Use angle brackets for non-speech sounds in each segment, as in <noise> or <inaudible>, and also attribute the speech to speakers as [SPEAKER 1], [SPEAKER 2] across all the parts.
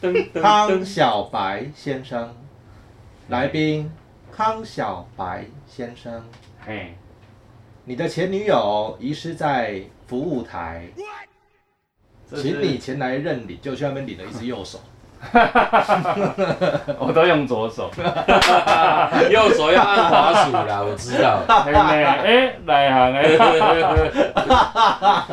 [SPEAKER 1] 噔噔
[SPEAKER 2] 康
[SPEAKER 1] 噔，
[SPEAKER 2] 小白先生，来宾康小白先生，
[SPEAKER 1] 嘿， <laughs>
[SPEAKER 2] 你的前女友遗失在服务台，
[SPEAKER 1] 这是
[SPEAKER 2] 请
[SPEAKER 3] <laughs>
[SPEAKER 2] 你前来认领，就去那边领了一只右 <laughs> 手。
[SPEAKER 1] 我都用左
[SPEAKER 3] <laughs>
[SPEAKER 1] 手，
[SPEAKER 3] 右手要按滑
[SPEAKER 1] <laughs>
[SPEAKER 3] 鼠啦，我知道。 <laughs>
[SPEAKER 1] 哎、欸，哪行哎、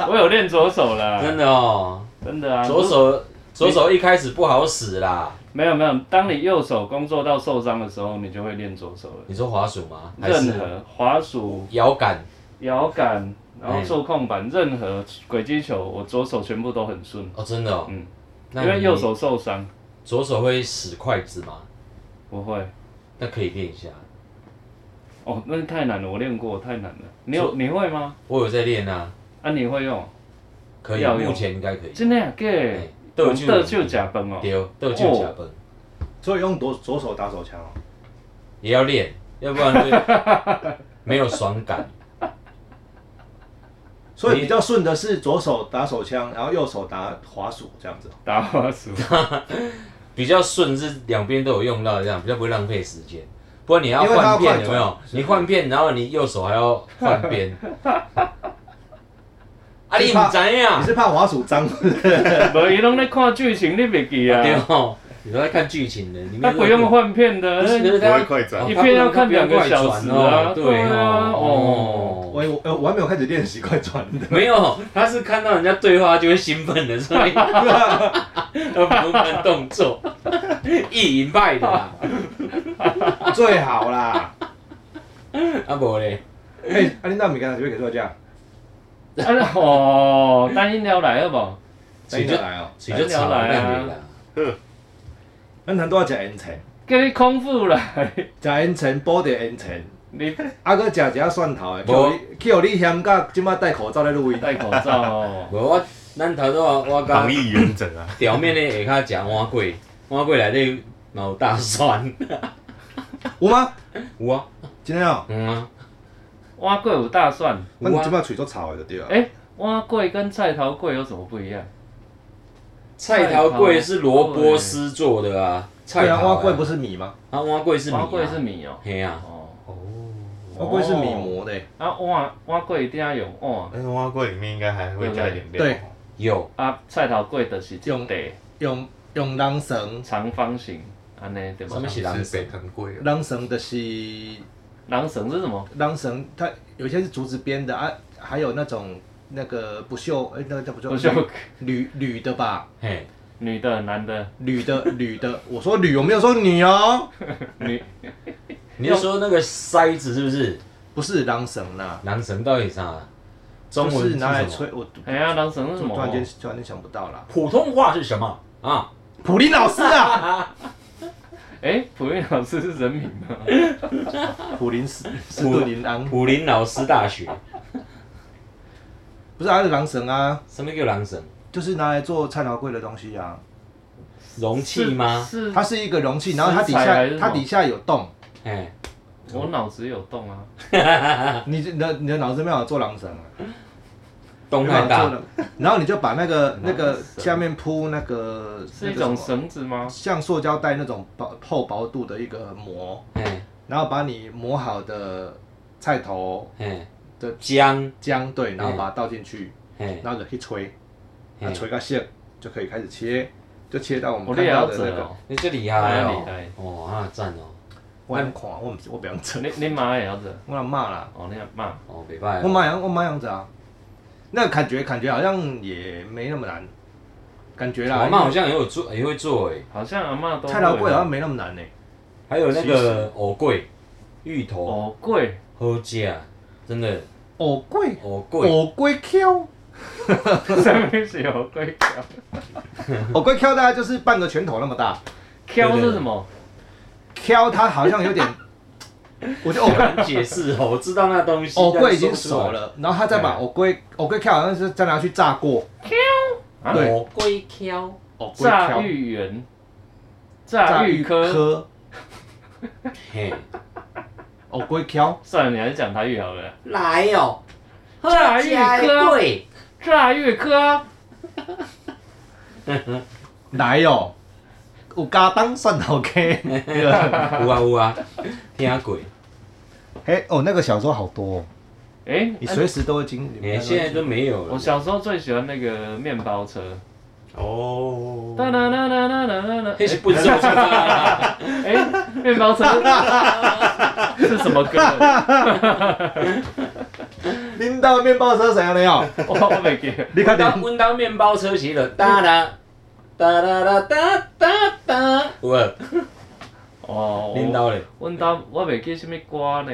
[SPEAKER 1] 我有练左手啦，
[SPEAKER 3] 真的哦，
[SPEAKER 1] 真的啊，
[SPEAKER 3] 左手左手一开始不好使啦。
[SPEAKER 1] 没有没有，当你右手工作到受伤的时候，你就会练左手了。
[SPEAKER 3] 你说滑鼠吗？还
[SPEAKER 1] 任
[SPEAKER 3] 是
[SPEAKER 1] 何滑鼠、
[SPEAKER 3] 摇杆？
[SPEAKER 1] 摇杆，然后
[SPEAKER 3] 嗯
[SPEAKER 1] 触控板，任何轨迹球，我左手全部都很顺，
[SPEAKER 3] 哦，真的哦。
[SPEAKER 1] 嗯
[SPEAKER 3] 那
[SPEAKER 1] 因
[SPEAKER 3] 你
[SPEAKER 1] 为右手受伤
[SPEAKER 3] 左手会使筷子吗？
[SPEAKER 1] 不会。
[SPEAKER 3] 那可以练一下。
[SPEAKER 1] 哦，那太难了，我练过，太难了。你有你会吗？
[SPEAKER 3] 我有在练啊，
[SPEAKER 1] 啊，你会用？
[SPEAKER 3] 可以，
[SPEAKER 1] 要用
[SPEAKER 3] 目前应该可以。
[SPEAKER 1] 真的啊，
[SPEAKER 3] 哎
[SPEAKER 1] 给
[SPEAKER 3] 豆就
[SPEAKER 1] 豆就假崩哦。
[SPEAKER 3] 丢豆就假崩，
[SPEAKER 2] 所以用左左手打手枪哦。
[SPEAKER 3] 也要练，要不然就
[SPEAKER 1] <laughs>
[SPEAKER 3] 没有爽感。
[SPEAKER 2] 所以比较顺的是左手打手枪，然后右手打滑鼠这样子。
[SPEAKER 1] 打滑鼠， <laughs>
[SPEAKER 3] 比较顺是两边都有用到，这样比较不会浪费时间。不过你要
[SPEAKER 2] 因为它要
[SPEAKER 3] 换
[SPEAKER 2] 快
[SPEAKER 3] 片有
[SPEAKER 2] 转
[SPEAKER 3] 没有？你换片，然后你右手还要换
[SPEAKER 2] <laughs>
[SPEAKER 3] 边。啊，你唔知
[SPEAKER 2] 你
[SPEAKER 3] 呀？
[SPEAKER 2] 是怕滑鼠 <laughs> 脏？
[SPEAKER 1] 无伊拢在看剧情，你袂记啊？
[SPEAKER 3] 对哦，你都在看剧情的，里面
[SPEAKER 1] 他不用换片的
[SPEAKER 3] 不，是，可是
[SPEAKER 4] 不
[SPEAKER 3] 他
[SPEAKER 4] 会快转
[SPEAKER 3] 哦
[SPEAKER 1] 一片要
[SPEAKER 3] 它
[SPEAKER 1] 看
[SPEAKER 3] 不
[SPEAKER 1] 两
[SPEAKER 3] 能
[SPEAKER 1] 个小时啊
[SPEAKER 3] 它不能快转哦对
[SPEAKER 1] 对啊
[SPEAKER 3] 哦，
[SPEAKER 2] 我我呃我还没有开始练习快转的。
[SPEAKER 3] 没有，他是看到人家对话就会兴奋的，所以他不用看动作，意淫派的啦。
[SPEAKER 2] <laughs> 最好啦。
[SPEAKER 3] 啊，无嘞，
[SPEAKER 2] 哎、阿林大米刚才就会给做这样，
[SPEAKER 1] 啊哦，单音聊来好不好？
[SPEAKER 2] 等一下来哦。
[SPEAKER 3] 谁就吵了
[SPEAKER 1] 来啊
[SPEAKER 3] 那你啦。
[SPEAKER 2] 咱难都要食烟肠，
[SPEAKER 1] 给你空腹来，
[SPEAKER 2] 食烟肠补着烟肠，
[SPEAKER 1] 你
[SPEAKER 2] 啊，搁食一下蒜头的，
[SPEAKER 3] 无
[SPEAKER 2] 叫
[SPEAKER 3] 啊
[SPEAKER 2] 你叫你嫌甲即摆戴口罩咧录音。
[SPEAKER 1] 戴口罩哦。
[SPEAKER 3] 无我，咱头拄我我甲
[SPEAKER 4] 防疫原则啊，
[SPEAKER 3] 表面的下骹食碗粿，碗粿内底嘛有大蒜，
[SPEAKER 2] <laughs> 有吗？
[SPEAKER 3] <laughs> 有啊，
[SPEAKER 2] 真的哦。
[SPEAKER 3] 嗯啊，
[SPEAKER 1] 蛙桂有大蒜，
[SPEAKER 2] 咱
[SPEAKER 3] 有
[SPEAKER 2] 即
[SPEAKER 3] 啊。
[SPEAKER 2] 摆嘴都臭的就对啊。
[SPEAKER 1] 哎、蛙桂跟菜头桂有什么不一样？
[SPEAKER 3] 菜头粿是萝卜丝做的啊，菜
[SPEAKER 2] 对啊，
[SPEAKER 3] 头
[SPEAKER 2] 蛙桂不
[SPEAKER 3] 是，
[SPEAKER 2] 是米吗？
[SPEAKER 3] 啊碗粿是米
[SPEAKER 1] 蛙
[SPEAKER 3] 啊，
[SPEAKER 1] 桂是米哦、
[SPEAKER 3] 嘿啊，
[SPEAKER 1] 哦，
[SPEAKER 3] 哦
[SPEAKER 2] 蛙桂是米磨的、
[SPEAKER 1] 啊蛙蛙桂一定要用哦。
[SPEAKER 4] 那个蛙粿里面应该还会加一点料。
[SPEAKER 2] 对
[SPEAKER 3] 有
[SPEAKER 1] 啊，菜头粿就是
[SPEAKER 2] 用
[SPEAKER 1] 用的
[SPEAKER 2] 用用人参，
[SPEAKER 1] 长方形，安尼对吧
[SPEAKER 3] 什？么是人
[SPEAKER 4] 是北
[SPEAKER 3] 参？
[SPEAKER 4] 藤粿啊，
[SPEAKER 2] 人参就是
[SPEAKER 1] 狼绳是什么？
[SPEAKER 2] 当绳它有些是竹子编的啊，还有那种那个不锈，哎、那个叫不锈，
[SPEAKER 1] 不锈
[SPEAKER 2] 铝铝的吧，
[SPEAKER 3] 嘿，
[SPEAKER 1] 女的、男的、
[SPEAKER 2] 铝的铝的。 <laughs> 我说铝，我没有说你哦，
[SPEAKER 1] 女
[SPEAKER 3] 你是说那个筛子是不是？
[SPEAKER 2] 不是当绳啦，
[SPEAKER 3] 狼神到底啥？中文
[SPEAKER 2] 就是
[SPEAKER 3] 什
[SPEAKER 2] 拿来
[SPEAKER 3] 么？
[SPEAKER 2] 吹。我突
[SPEAKER 1] 哎呀，狼绳是什么？
[SPEAKER 2] 突然间突然间想不到
[SPEAKER 1] <laughs>
[SPEAKER 2] 啦，
[SPEAKER 3] 普通话是什么啊？
[SPEAKER 2] 普林老师啊，
[SPEAKER 1] 哎、普运老师是人名吗？
[SPEAKER 2] <laughs> 普林
[SPEAKER 1] <laughs>
[SPEAKER 2] 斯斯顿林安，
[SPEAKER 3] 普林老师大学，
[SPEAKER 2] 不是啊，狼绳啊，
[SPEAKER 3] 什么叫狼神？
[SPEAKER 2] 就是拿来做菜刀柜的东西啊。
[SPEAKER 3] 容器吗？
[SPEAKER 1] 是，
[SPEAKER 2] 它是一个容器，然后它底
[SPEAKER 1] 嗯食材还
[SPEAKER 2] 下
[SPEAKER 1] 是什么
[SPEAKER 2] 它底下有洞，
[SPEAKER 3] 哎，
[SPEAKER 1] 我脑子有洞啊。
[SPEAKER 2] 你你的你的脑子没有做狼绳啊。
[SPEAKER 3] 东太
[SPEAKER 2] 做
[SPEAKER 3] 大
[SPEAKER 2] 了，然后你就把那个
[SPEAKER 1] <laughs>
[SPEAKER 2] 那
[SPEAKER 1] 然
[SPEAKER 2] 个
[SPEAKER 1] 后绳
[SPEAKER 2] 下面铺那个
[SPEAKER 1] 是一
[SPEAKER 2] 那
[SPEAKER 1] 种
[SPEAKER 2] 个什么
[SPEAKER 1] 绳子吗？
[SPEAKER 2] 像塑胶袋那种薄厚薄度的一个膜，
[SPEAKER 3] 哎
[SPEAKER 2] 然后把你磨好的菜头
[SPEAKER 3] 哎，
[SPEAKER 2] 的
[SPEAKER 3] 姜
[SPEAKER 2] 姜对，
[SPEAKER 1] 嗯
[SPEAKER 2] 然后把它倒进去，
[SPEAKER 3] 哎
[SPEAKER 2] 然后就一吹，啊
[SPEAKER 3] 哎，
[SPEAKER 2] 吹个线就可以开始切，就切到我
[SPEAKER 1] 我
[SPEAKER 2] 们
[SPEAKER 1] 也
[SPEAKER 2] 看到
[SPEAKER 1] 要
[SPEAKER 2] 的
[SPEAKER 1] 折
[SPEAKER 2] 那个
[SPEAKER 1] 哦。
[SPEAKER 3] 你这厉害
[SPEAKER 1] 哎厉害
[SPEAKER 3] 哦！哦啊，赞哦！
[SPEAKER 2] 我很看，我不是我不想整，
[SPEAKER 1] 你你妈也要折
[SPEAKER 2] 我让骂啦，
[SPEAKER 1] 哦，你要骂
[SPEAKER 3] 哦，北拜
[SPEAKER 2] 我。妈样我妈样子啊，那感觉感觉好像也没那么难，感觉啦，
[SPEAKER 3] 我妈好像也有做，也会做哎。
[SPEAKER 1] 好像阿妈都
[SPEAKER 2] 菜刀
[SPEAKER 1] 会
[SPEAKER 2] 柜
[SPEAKER 1] 啊
[SPEAKER 2] 好像没那么难呢，
[SPEAKER 3] 还有那
[SPEAKER 2] 其实
[SPEAKER 3] 个藕桂、芋头、
[SPEAKER 1] 哦贵， <laughs>
[SPEAKER 3] 喝架，真的
[SPEAKER 2] 哦贵
[SPEAKER 3] 藕桂
[SPEAKER 2] 哦贵 Q。
[SPEAKER 1] 上面是有贵 <laughs> 敲，
[SPEAKER 2] 我龟敲大概就是半个拳头那么大，
[SPEAKER 1] 敲是什么？
[SPEAKER 2] 敲它好像有 <laughs> 点，我就
[SPEAKER 3] 很
[SPEAKER 2] <laughs> 哦
[SPEAKER 3] 难解释哦，我知道那东西。
[SPEAKER 2] 哦
[SPEAKER 3] 但
[SPEAKER 2] 龟
[SPEAKER 3] 是
[SPEAKER 2] 已经
[SPEAKER 3] 说不出
[SPEAKER 2] 熟
[SPEAKER 3] 来。
[SPEAKER 2] 了，然后他再把
[SPEAKER 3] 哎
[SPEAKER 2] 哦龟哦龟敲好像是再拿去炸过，
[SPEAKER 1] 啊
[SPEAKER 2] 对
[SPEAKER 3] 藕桂挑。
[SPEAKER 2] 哦龟
[SPEAKER 1] 炸
[SPEAKER 2] 敲
[SPEAKER 1] 芋圆，
[SPEAKER 2] 炸
[SPEAKER 1] 炸芋科。
[SPEAKER 2] 科
[SPEAKER 3] 嘿，
[SPEAKER 2] 哦龟敲
[SPEAKER 1] 算了，你还是讲台语好了。
[SPEAKER 3] 来哦，
[SPEAKER 1] 炸芋科，
[SPEAKER 3] 贵。
[SPEAKER 1] 炸芋科，
[SPEAKER 2] 来哦，有家当算好 K。对吧
[SPEAKER 3] <laughs> 有啊有啊，听
[SPEAKER 2] <laughs>
[SPEAKER 3] 过。
[SPEAKER 2] 嘿，哦，那个小说好多、哦，
[SPEAKER 1] 哎、
[SPEAKER 2] 你
[SPEAKER 1] 哎
[SPEAKER 2] 随时都会经历。
[SPEAKER 3] 哎、现在都没有
[SPEAKER 1] 我
[SPEAKER 3] 了。
[SPEAKER 1] 小时候最喜欢那个面包车，
[SPEAKER 2] 嗯
[SPEAKER 4] 哦，
[SPEAKER 1] 哒哒哒哒哒哒哒哒，
[SPEAKER 3] 那是啊不走车啦，
[SPEAKER 1] 哎、面包车是什么歌？
[SPEAKER 2] 拎到面包车怎样的哟？
[SPEAKER 1] 我我没记得。
[SPEAKER 2] 你快点
[SPEAKER 3] 阮兜面包车骑了哒啦哒啦啦哒哒哒，有啊，
[SPEAKER 1] 哦，
[SPEAKER 3] 恁兜咧，
[SPEAKER 1] 阮兜我袂记什物歌呢。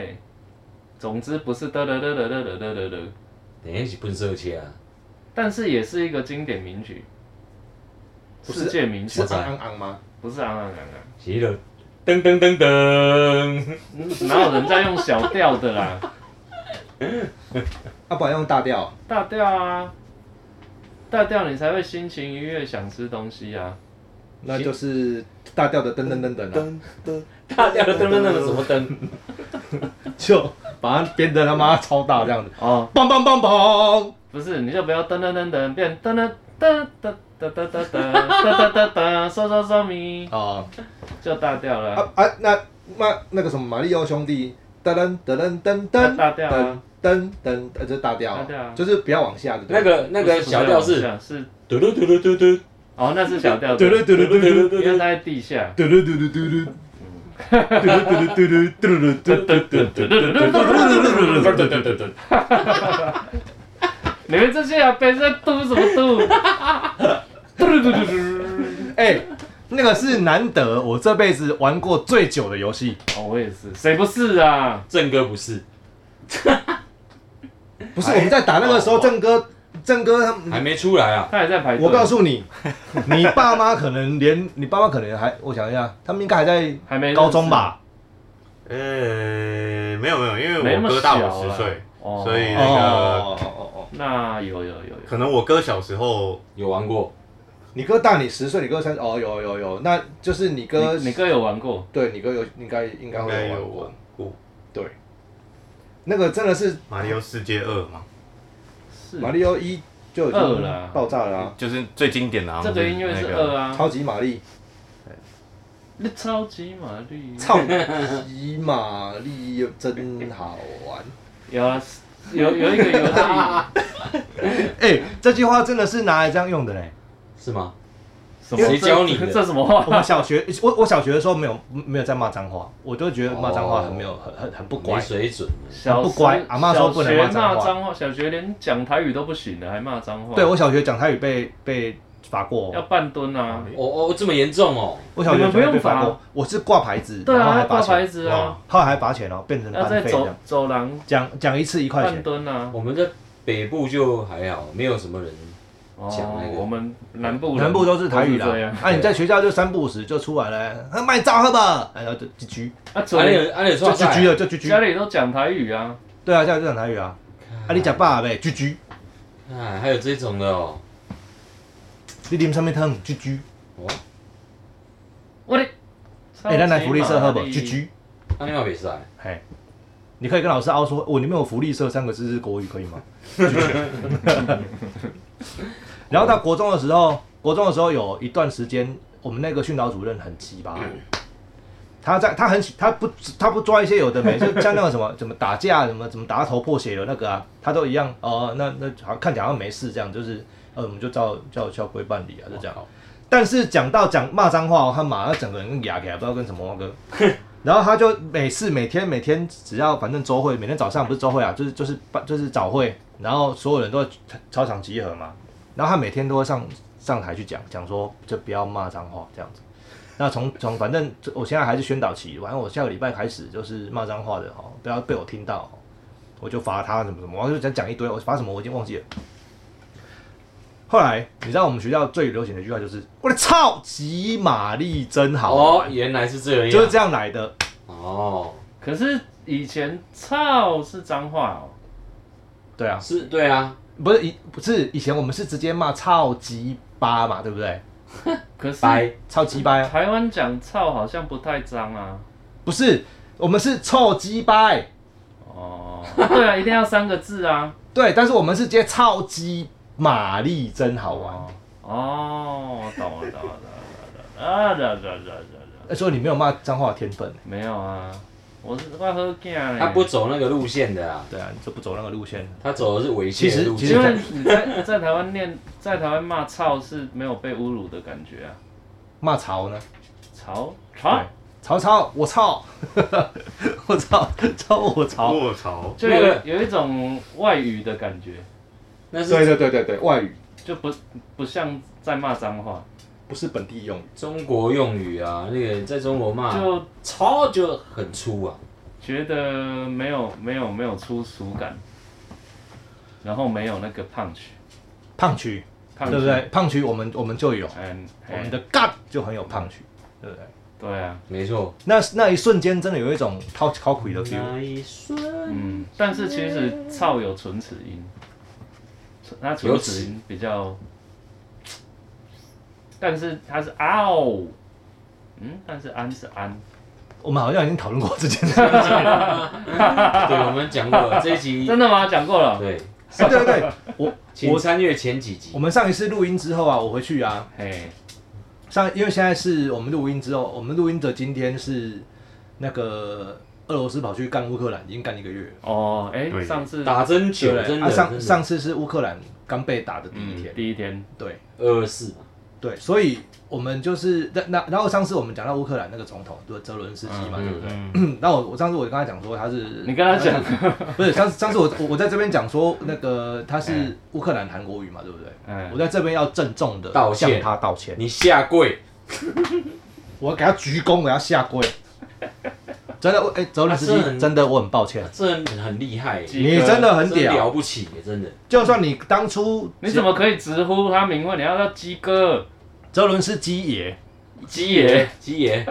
[SPEAKER 1] 总之不是得得得得得得得得得，
[SPEAKER 3] 等于是粪扫车啊，
[SPEAKER 1] 但是也是一个经典名曲，
[SPEAKER 2] 不是
[SPEAKER 1] 世界名曲
[SPEAKER 2] 是，啊昂昂昂吗？
[SPEAKER 1] 不是啊昂昂昂昂，
[SPEAKER 3] 骑了噔噔噔噔，
[SPEAKER 1] 嗯哪有人在用小调的啦？
[SPEAKER 2] 啊，不然用大调。
[SPEAKER 1] 大调啊，大调你才会心情愉悦，想吃东西啊。
[SPEAKER 2] 那就是大调的噔噔噔噔、
[SPEAKER 4] 噔噔，
[SPEAKER 3] 大家的噔噔噔的什么噔？
[SPEAKER 2] 啊，就把它编的他妈超大这样子，
[SPEAKER 1] 哦，
[SPEAKER 2] 梆梆梆梆。
[SPEAKER 1] 不是，你就不要噔噔噔噔变噔噔噔噔噔噔噔噔噔噔噔，嗦嗦嗦咪，
[SPEAKER 2] 哦，
[SPEAKER 1] 就大调了啊。
[SPEAKER 2] 啊啊，那那那个什么马里奥兄弟，噔噔噔噔噔
[SPEAKER 1] 大
[SPEAKER 2] 噔
[SPEAKER 1] 调啊，
[SPEAKER 2] 噔噔，呃，这是大调
[SPEAKER 1] 大调啊，
[SPEAKER 2] 就是不要往下，对不
[SPEAKER 3] 那
[SPEAKER 2] 对？
[SPEAKER 3] 个那个小调
[SPEAKER 1] 不
[SPEAKER 3] 是
[SPEAKER 1] 是是
[SPEAKER 3] 嘟嘟嘟嘟嘟嘟
[SPEAKER 1] 哦，那是小调，
[SPEAKER 2] 嘟噜
[SPEAKER 1] 因
[SPEAKER 2] 嘟噜嘟噜
[SPEAKER 3] 嘟
[SPEAKER 1] 为它
[SPEAKER 3] 嘟，
[SPEAKER 1] 在地下。
[SPEAKER 2] 嘟噜嘟噜嘟噜，嘟噜嘟噜嘟噜嘟噜嘟噜嘟噜。
[SPEAKER 1] 你们这些啊阿伯在嘟什么嘟？嘟嘟嘟嘟
[SPEAKER 2] <laughs> 哎，那个是难得我这辈子玩过最久的游戏，
[SPEAKER 1] 哦，我也是，谁不是啊？
[SPEAKER 3] 正哥不是，
[SPEAKER 2] 不是我们在打那个时候，郑哥，郑哥他们
[SPEAKER 3] 还没出来啊，
[SPEAKER 1] 他还在排队。
[SPEAKER 2] 我告，诉你，你爸妈可能连你爸妈可能还，我想一下，他们应该还在
[SPEAKER 1] 还没认识
[SPEAKER 2] 高中？吧？
[SPEAKER 4] 呃，没有没有，因
[SPEAKER 1] 没
[SPEAKER 4] 为
[SPEAKER 1] 那么
[SPEAKER 4] 我哥大
[SPEAKER 1] 小
[SPEAKER 4] 我
[SPEAKER 1] 啦
[SPEAKER 4] 十岁，
[SPEAKER 1] 哦，
[SPEAKER 4] 所以那个
[SPEAKER 2] 哦哦哦哦，
[SPEAKER 1] 那有有有有，
[SPEAKER 4] 可能我哥小时候
[SPEAKER 3] 有玩过，
[SPEAKER 2] 你哥大你十岁，你哥三哦，有有有，那就是你哥，
[SPEAKER 1] 你哥有玩过？
[SPEAKER 2] 对你哥有应该应该
[SPEAKER 4] 应
[SPEAKER 2] 会
[SPEAKER 4] 该
[SPEAKER 2] 玩
[SPEAKER 4] 有
[SPEAKER 2] 过
[SPEAKER 4] 玩，过《
[SPEAKER 2] 对，那个真的是
[SPEAKER 4] 马里奥世界二》嘛，
[SPEAKER 1] 是
[SPEAKER 2] 马里奥一就已
[SPEAKER 1] 二
[SPEAKER 2] 经
[SPEAKER 1] 啦
[SPEAKER 2] 爆炸了啊，
[SPEAKER 4] 就是最经典的啊。
[SPEAKER 1] 这个音乐是二
[SPEAKER 4] 啊，
[SPEAKER 1] 啊，
[SPEAKER 2] 超级玛丽，
[SPEAKER 1] 那超级玛丽，
[SPEAKER 2] 超级玛丽真好
[SPEAKER 1] <laughs>
[SPEAKER 2] 玩。
[SPEAKER 1] 有啊，有有一
[SPEAKER 2] <laughs>
[SPEAKER 1] 个游戏，
[SPEAKER 2] 哎，这句话真的是拿来这样用的嘞。
[SPEAKER 3] 是吗？
[SPEAKER 1] 什么
[SPEAKER 3] 谁教你的
[SPEAKER 1] 这什么话？
[SPEAKER 2] 我小学， <laughs> 我我小学的时候没有没有在骂脏话，我就觉得骂脏话很没有很很很不
[SPEAKER 3] 没
[SPEAKER 2] 乖。
[SPEAKER 3] 水准的，
[SPEAKER 1] 小
[SPEAKER 2] 不乖
[SPEAKER 1] 时
[SPEAKER 2] 阿嬷说不能骂
[SPEAKER 1] 小学骂
[SPEAKER 2] 脏话
[SPEAKER 1] 脏话，小学连讲台语都不行了，还骂脏话？
[SPEAKER 2] 对我小学讲台语被被罚过
[SPEAKER 1] 要
[SPEAKER 2] 哦，
[SPEAKER 1] 半蹲啊，
[SPEAKER 3] 哦哦，这么严重哦，
[SPEAKER 2] 我小学讲台语被罚
[SPEAKER 1] 你们不用
[SPEAKER 2] 过，我是挂牌子，
[SPEAKER 1] 对
[SPEAKER 2] 然后
[SPEAKER 1] 啊，
[SPEAKER 2] 还
[SPEAKER 1] 要
[SPEAKER 2] 罚
[SPEAKER 1] 挂牌
[SPEAKER 2] 钱，
[SPEAKER 1] 子啊，
[SPEAKER 2] 后来还罚钱哦，变成
[SPEAKER 1] 要
[SPEAKER 2] 班
[SPEAKER 1] 在
[SPEAKER 2] 费这
[SPEAKER 1] 走
[SPEAKER 2] 样。
[SPEAKER 1] 走廊
[SPEAKER 2] 讲讲一次一块
[SPEAKER 1] 半
[SPEAKER 2] 钱，
[SPEAKER 1] 蹲啊。
[SPEAKER 3] 我们在北部就还好，没有什么人。讲那
[SPEAKER 1] 哦，
[SPEAKER 3] 个
[SPEAKER 1] 我们南部人
[SPEAKER 2] 全部都是台语
[SPEAKER 1] 都是这样
[SPEAKER 2] 啦。啊，你在学校就三不五时就出来了，啊卖照喝吧，然后就就狙，
[SPEAKER 1] 啊，
[SPEAKER 3] 啊，
[SPEAKER 1] 家
[SPEAKER 3] 你
[SPEAKER 1] 里
[SPEAKER 3] 有啊，你有
[SPEAKER 2] 就
[SPEAKER 3] 创
[SPEAKER 2] 狙
[SPEAKER 3] 赛
[SPEAKER 2] 狙
[SPEAKER 3] 啊？
[SPEAKER 2] 了，就狙
[SPEAKER 1] 家
[SPEAKER 2] 狙。
[SPEAKER 1] 里都讲台语啊，
[SPEAKER 2] 对啊，家里就讲台语啊。啊，你讲爸呗，狙狙，
[SPEAKER 3] 哎，还有这种的哦，
[SPEAKER 2] 你啉上面汤，狙狙。
[SPEAKER 3] 哦，
[SPEAKER 1] 我的。
[SPEAKER 2] 哎，咱来福利社喝不？狙
[SPEAKER 1] 狙。
[SPEAKER 2] 狙。
[SPEAKER 3] 那你嘛比赛，
[SPEAKER 2] 嘿，哎你可以跟老师凹说，我里面有福利社三个字是国语，可以吗？然后到国中的时候，国中的时候有一段时间，我们那个训导主任很鸡巴，他在他很喜他不他不抓一些有的没，就像那个什么怎么打架，怎么怎么打到头破血流那个啊，他都一样哦、那那好像看起来好像没事这样，就是呃我们就照照校规办理啊，就这样。但是讲到讲骂脏话哦，他马上整个人哑起来，不知道跟什么话哥。然后他就每次每天每天只要反正周会，每天早上不是周会啊，就是就是就是早会，然后所有人都在操场集合嘛。然后他每天都会上上台去讲讲说，就不要骂脏话这样子。那从从反正我现在还是宣导期，反正我下个礼拜开始就是骂脏话的哦，不要被我听到哦，我就罚他什么什么，我就讲讲一堆，我罚什么我已经忘记了。后来你知道我们学校最流行的一句话就是“我的操，级玛丽真好
[SPEAKER 3] 哦
[SPEAKER 2] 玩”，
[SPEAKER 3] 原来是这样，
[SPEAKER 2] 就是这样来的。
[SPEAKER 3] 哦，
[SPEAKER 1] 可是以前操是脏话哦，
[SPEAKER 2] 对啊，
[SPEAKER 3] 是，对啊，
[SPEAKER 2] 不是以不是以前我们是直接骂超级巴嘛，对不对？
[SPEAKER 1] 可是
[SPEAKER 3] 掰
[SPEAKER 2] 超级巴啊，
[SPEAKER 1] 台湾讲操好像不太脏啊。
[SPEAKER 2] 不是我们是臭鸡巴、欸
[SPEAKER 1] 哦，对啊，一定要三个字啊。
[SPEAKER 2] 对，但是我们是接超级玛丽真好玩。
[SPEAKER 1] 哦哦，懂了懂了懂了懂了。懂了啊啦啦啦啦啦，
[SPEAKER 2] 所以你没有骂脏话的天分。
[SPEAKER 1] 没有啊，我是我喝惊嘞。
[SPEAKER 2] 啊
[SPEAKER 3] 他不，走那个路线的啦，
[SPEAKER 2] 对啊，你就不走那个路线。
[SPEAKER 3] 他走的是猥亵的路
[SPEAKER 2] 其
[SPEAKER 1] 因
[SPEAKER 2] 实
[SPEAKER 1] 为
[SPEAKER 3] 线。
[SPEAKER 1] 你在在台湾念，在台湾骂操是没有被侮辱的感觉啊，
[SPEAKER 2] 骂曹呢？
[SPEAKER 1] 操操
[SPEAKER 2] 对，曹操，我操， <laughs> 我操，操我曹。
[SPEAKER 4] 卧槽！
[SPEAKER 1] 就有有一种外语的感觉，
[SPEAKER 3] 那
[SPEAKER 2] 对
[SPEAKER 3] 是
[SPEAKER 2] 对对对对，外语
[SPEAKER 1] 就不不像在骂脏话，
[SPEAKER 2] 不是本地用语。
[SPEAKER 3] 中国用语啊，那个在中国骂
[SPEAKER 1] 就
[SPEAKER 3] 操就很粗啊，
[SPEAKER 1] 觉得没有没有没有粗俗感，然后没有那个 punch，
[SPEAKER 2] 胖曲，
[SPEAKER 1] punch
[SPEAKER 2] 对不？对？胖曲我们我们就有，
[SPEAKER 1] 嗯，
[SPEAKER 2] 我
[SPEAKER 1] 哎
[SPEAKER 2] 们的 gut 就很有胖曲，对不对？
[SPEAKER 1] 对啊，
[SPEAKER 3] 没错。
[SPEAKER 2] 那那一瞬间真的有一种掏掏鬼的 feel，
[SPEAKER 3] 那一瞬，
[SPEAKER 1] 嗯，但是其实操有唇齿音，唇它唇齿音比较，但是它是嗷、嗯，但是安是安，
[SPEAKER 2] 我们好像已经讨论过这件
[SPEAKER 3] <laughs>
[SPEAKER 2] 事。 <laughs>
[SPEAKER 3] 对，我们讲过了这一集，
[SPEAKER 1] 真的吗？讲过了，
[SPEAKER 3] 对，
[SPEAKER 2] 哎对对对，我
[SPEAKER 3] 请
[SPEAKER 2] 我
[SPEAKER 3] 参阅前几集
[SPEAKER 2] 我。们上一次录音之后啊，我回去啊，
[SPEAKER 1] 嘿，
[SPEAKER 2] 上因为现在是我们录音之后，我们录音的今天是那个俄罗斯跑去干乌克兰，已经干一个月了。
[SPEAKER 1] 哦，哎、
[SPEAKER 4] 对
[SPEAKER 1] 上次
[SPEAKER 3] 打针
[SPEAKER 2] 对
[SPEAKER 3] 久
[SPEAKER 2] 不，对
[SPEAKER 3] 真
[SPEAKER 2] 啊、
[SPEAKER 3] 的
[SPEAKER 2] 上
[SPEAKER 3] 真
[SPEAKER 2] 上
[SPEAKER 3] 的
[SPEAKER 2] 次是乌克兰刚被打的第一
[SPEAKER 1] 嗯
[SPEAKER 2] 天，
[SPEAKER 1] 第一天，
[SPEAKER 2] 对
[SPEAKER 3] 二二四嘛，
[SPEAKER 2] 对，所以我们就是那那然后上次我们讲到乌克兰那个总统对泽伦斯基嘛，
[SPEAKER 3] 嗯
[SPEAKER 2] 对不对？
[SPEAKER 4] 嗯，
[SPEAKER 2] 那我我上次我跟他讲说他是，
[SPEAKER 1] 你跟他讲，
[SPEAKER 2] 不是上次上次我我我在这边讲说那个他
[SPEAKER 3] 哎
[SPEAKER 2] 是乌克兰韩国语嘛，对不对？ <laughs> 我
[SPEAKER 1] 嗯，
[SPEAKER 2] 在这边要郑重的
[SPEAKER 3] 道歉
[SPEAKER 2] 向他道歉，
[SPEAKER 3] 你下跪，
[SPEAKER 2] 我要给他鞠躬，我要下
[SPEAKER 3] <laughs>
[SPEAKER 2] 跪。真的，我哎，泽伦斯
[SPEAKER 3] 啊这
[SPEAKER 2] 基，
[SPEAKER 3] 很
[SPEAKER 2] 真的我很抱歉，
[SPEAKER 3] 这人很厉害耶，
[SPEAKER 1] 几
[SPEAKER 2] 你真的很
[SPEAKER 3] 真
[SPEAKER 2] 屌。
[SPEAKER 3] 了不起耶，真的。
[SPEAKER 2] 就算你当初
[SPEAKER 1] 你怎么可以直呼他名讳？你要叫鸡哥、
[SPEAKER 2] 泽伦斯基也，
[SPEAKER 1] 鸡爷，
[SPEAKER 3] 吉爷，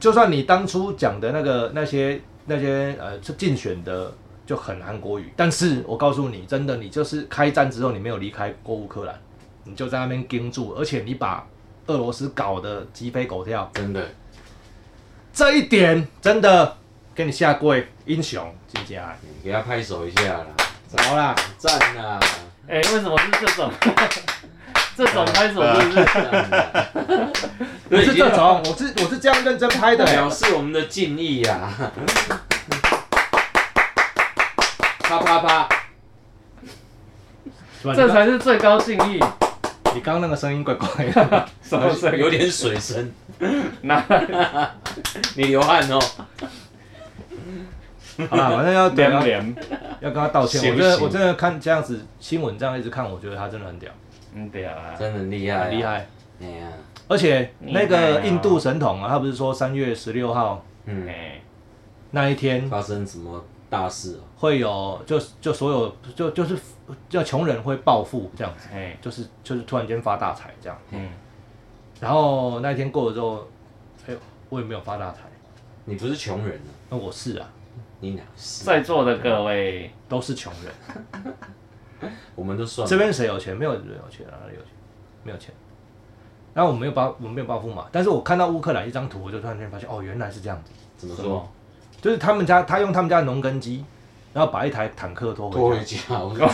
[SPEAKER 2] 就算你当初讲的那个那些那些呃是竞选的就很韩国语，但是我告诉你，真的你就是开战之后你没有离开过乌克兰，你就在那边盯住，而且你把俄罗斯搞得鸡飞狗跳，
[SPEAKER 3] 真的，
[SPEAKER 2] 这一点真的给你下跪，英雄，谢谢啊，
[SPEAKER 3] 你给他拍手一下啦，
[SPEAKER 2] 好啦，
[SPEAKER 3] 赞啊啦，
[SPEAKER 1] 哎、为什么是这种？ <laughs> 这种拍手是不
[SPEAKER 3] <laughs>
[SPEAKER 1] 是？
[SPEAKER 3] 赞啊啦，
[SPEAKER 2] 不是 <laughs> 这种，我是我是这样认真拍的、
[SPEAKER 3] 表示我们的敬意啊呀。啪啪啪，
[SPEAKER 2] 是吧你
[SPEAKER 1] 这
[SPEAKER 2] 刚
[SPEAKER 1] 才是最高敬意。
[SPEAKER 2] 你刚刚那个声音怪怪
[SPEAKER 3] <laughs>
[SPEAKER 2] 的，
[SPEAKER 1] 什么 <laughs> 声
[SPEAKER 3] 有
[SPEAKER 1] 音？
[SPEAKER 3] 点水声，
[SPEAKER 1] 哪 <laughs>
[SPEAKER 3] 你流汗哦。
[SPEAKER 2] 好啦，反正要啊
[SPEAKER 1] 连连？
[SPEAKER 2] 要跟他道歉，
[SPEAKER 3] 行
[SPEAKER 2] 我真的
[SPEAKER 3] 行
[SPEAKER 2] 我真的看这样子新闻这样一直看，我觉得他真的很屌，
[SPEAKER 1] 嗯，对啊。
[SPEAKER 3] 真的很厉害、
[SPEAKER 2] 很厉。害。
[SPEAKER 3] 哎呀，
[SPEAKER 2] 而且那
[SPEAKER 1] 厉害
[SPEAKER 2] 个
[SPEAKER 1] 啊
[SPEAKER 2] 印度神童啊，他不是说三月十六号
[SPEAKER 3] 嗯，
[SPEAKER 1] 哎，
[SPEAKER 2] 那一天
[SPEAKER 3] 发生什么大事、哦？
[SPEAKER 2] 会有，就就所有就就是就穷人会暴富这样子，
[SPEAKER 1] 哎，
[SPEAKER 2] 就是就是突然间发大财这样。
[SPEAKER 1] 嗯，
[SPEAKER 2] 然后那一天过了之后，哎、我也没有发大财，
[SPEAKER 3] 你不是穷人啊，
[SPEAKER 2] 那我是啊，
[SPEAKER 3] 你哪是？
[SPEAKER 1] 在座的各位，
[SPEAKER 2] 都是穷人。
[SPEAKER 3] 我们都算
[SPEAKER 2] 这边谁有钱？没有人有钱啊，哪里有钱？没有钱。然后我没有包，我没有暴富嘛。但是我看到乌克兰一张图，我就突然间发现，哦，原来是这样子。
[SPEAKER 3] 怎么
[SPEAKER 1] 什
[SPEAKER 3] 说
[SPEAKER 1] 么？
[SPEAKER 2] 就是他们家，他用他们家的农耕机，然后把一台坦克拖
[SPEAKER 3] 拖
[SPEAKER 2] 回
[SPEAKER 3] 回
[SPEAKER 2] 家。
[SPEAKER 3] 家，
[SPEAKER 2] <laughs>
[SPEAKER 3] 我说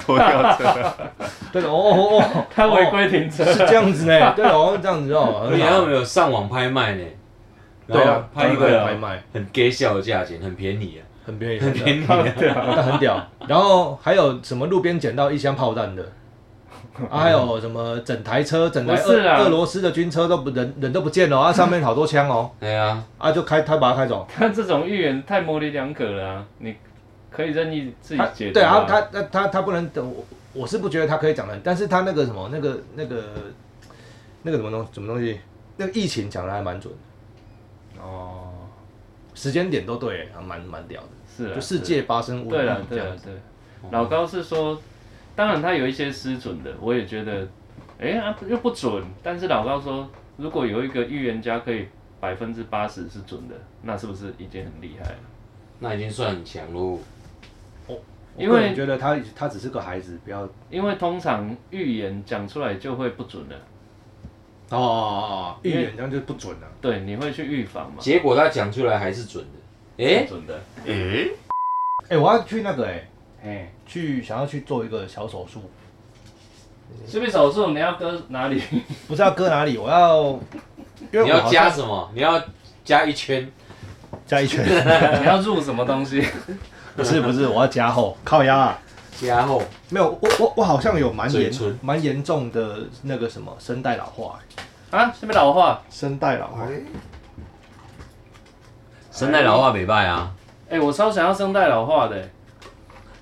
[SPEAKER 4] 拖吊车，
[SPEAKER 1] <laughs>
[SPEAKER 2] 对的，哦哦哦，
[SPEAKER 1] 他违规停车
[SPEAKER 2] 哦，是这样子呢，对哦，这样子哦，
[SPEAKER 3] <laughs> 而
[SPEAKER 2] 很
[SPEAKER 3] 且
[SPEAKER 2] 好
[SPEAKER 3] 他们有上网拍卖呢，
[SPEAKER 2] 对
[SPEAKER 3] 然
[SPEAKER 2] 啊
[SPEAKER 3] 后，啊拍一
[SPEAKER 2] 当然拍
[SPEAKER 3] 个
[SPEAKER 2] 卖
[SPEAKER 3] 很 gay 笑的价钱，很便宜啊，
[SPEAKER 2] 很便宜，
[SPEAKER 3] 很
[SPEAKER 2] 很
[SPEAKER 3] 便
[SPEAKER 2] 便宜，
[SPEAKER 3] 宜啊，
[SPEAKER 2] <laughs> 但很屌。然后还有什么路边捡到一箱炮弹的，
[SPEAKER 1] <laughs>
[SPEAKER 2] 啊，还有什么整台车、整台
[SPEAKER 1] 不是
[SPEAKER 2] 俄
[SPEAKER 1] 啦
[SPEAKER 2] 俄罗斯的军车都不人人都不见了，啊，上面好多枪哦，
[SPEAKER 3] 对啊，
[SPEAKER 2] 啊，就开他把它开走。
[SPEAKER 1] <laughs> 他这种预言太模棱两可了啊！你可以任意自己
[SPEAKER 2] 他
[SPEAKER 1] 解读。
[SPEAKER 2] 对啊，他他他他不能等我，我是不觉得他可以讲的，但是他那个什么那个那个那个什么东什么东西，那个疫情讲的还蛮准的，
[SPEAKER 1] 哦，
[SPEAKER 2] 时间点都对，还蛮蛮屌的，
[SPEAKER 1] 是啊，
[SPEAKER 2] 就世界发生瘟疫
[SPEAKER 1] 对了，
[SPEAKER 2] 这
[SPEAKER 1] 对啊
[SPEAKER 2] 样
[SPEAKER 1] 了，对了。老高是说，当然他有一些失准的，我也觉得，哎、啊又不准。但是老高说，如果有一个预言家可以百分之八十是准的，那是不是已经很厉害了？
[SPEAKER 3] 那已经算很强喽。
[SPEAKER 2] 我
[SPEAKER 1] 因
[SPEAKER 2] 个
[SPEAKER 1] 为
[SPEAKER 2] 人觉得他他只是个孩子，不要哦
[SPEAKER 1] 因为通常预言讲出来就会不准了，
[SPEAKER 2] 哦哦，哦预
[SPEAKER 1] 因为
[SPEAKER 2] 言这样就不准了。
[SPEAKER 1] 对，你会去预防嘛？
[SPEAKER 3] 结果他讲出来还是准的，诶，
[SPEAKER 1] 准的，
[SPEAKER 4] 诶，
[SPEAKER 2] 哎、我要去那个哎、
[SPEAKER 1] 哎，
[SPEAKER 2] 去想要去做一个小手术，
[SPEAKER 1] 这边手术你要搁
[SPEAKER 2] <laughs>
[SPEAKER 1] 哪里？
[SPEAKER 2] 不是要搁哪里，我要，因为
[SPEAKER 3] 你
[SPEAKER 2] 我
[SPEAKER 3] 要
[SPEAKER 2] 好
[SPEAKER 3] 加
[SPEAKER 2] 像
[SPEAKER 3] 什么？你要加一圈，
[SPEAKER 2] 加一圈，
[SPEAKER 1] 你要入什么东西？
[SPEAKER 2] 不是不是，我要加厚，靠腰啊。
[SPEAKER 3] 加厚，
[SPEAKER 2] 没有，我我我好像有蛮严
[SPEAKER 3] 嘴唇
[SPEAKER 2] 蛮严重的那个什么声带老化、欸
[SPEAKER 1] 啊，这边老化。
[SPEAKER 2] 声带老化，
[SPEAKER 5] 声带老化北败啊，
[SPEAKER 1] 哎、我超想要声带老化的、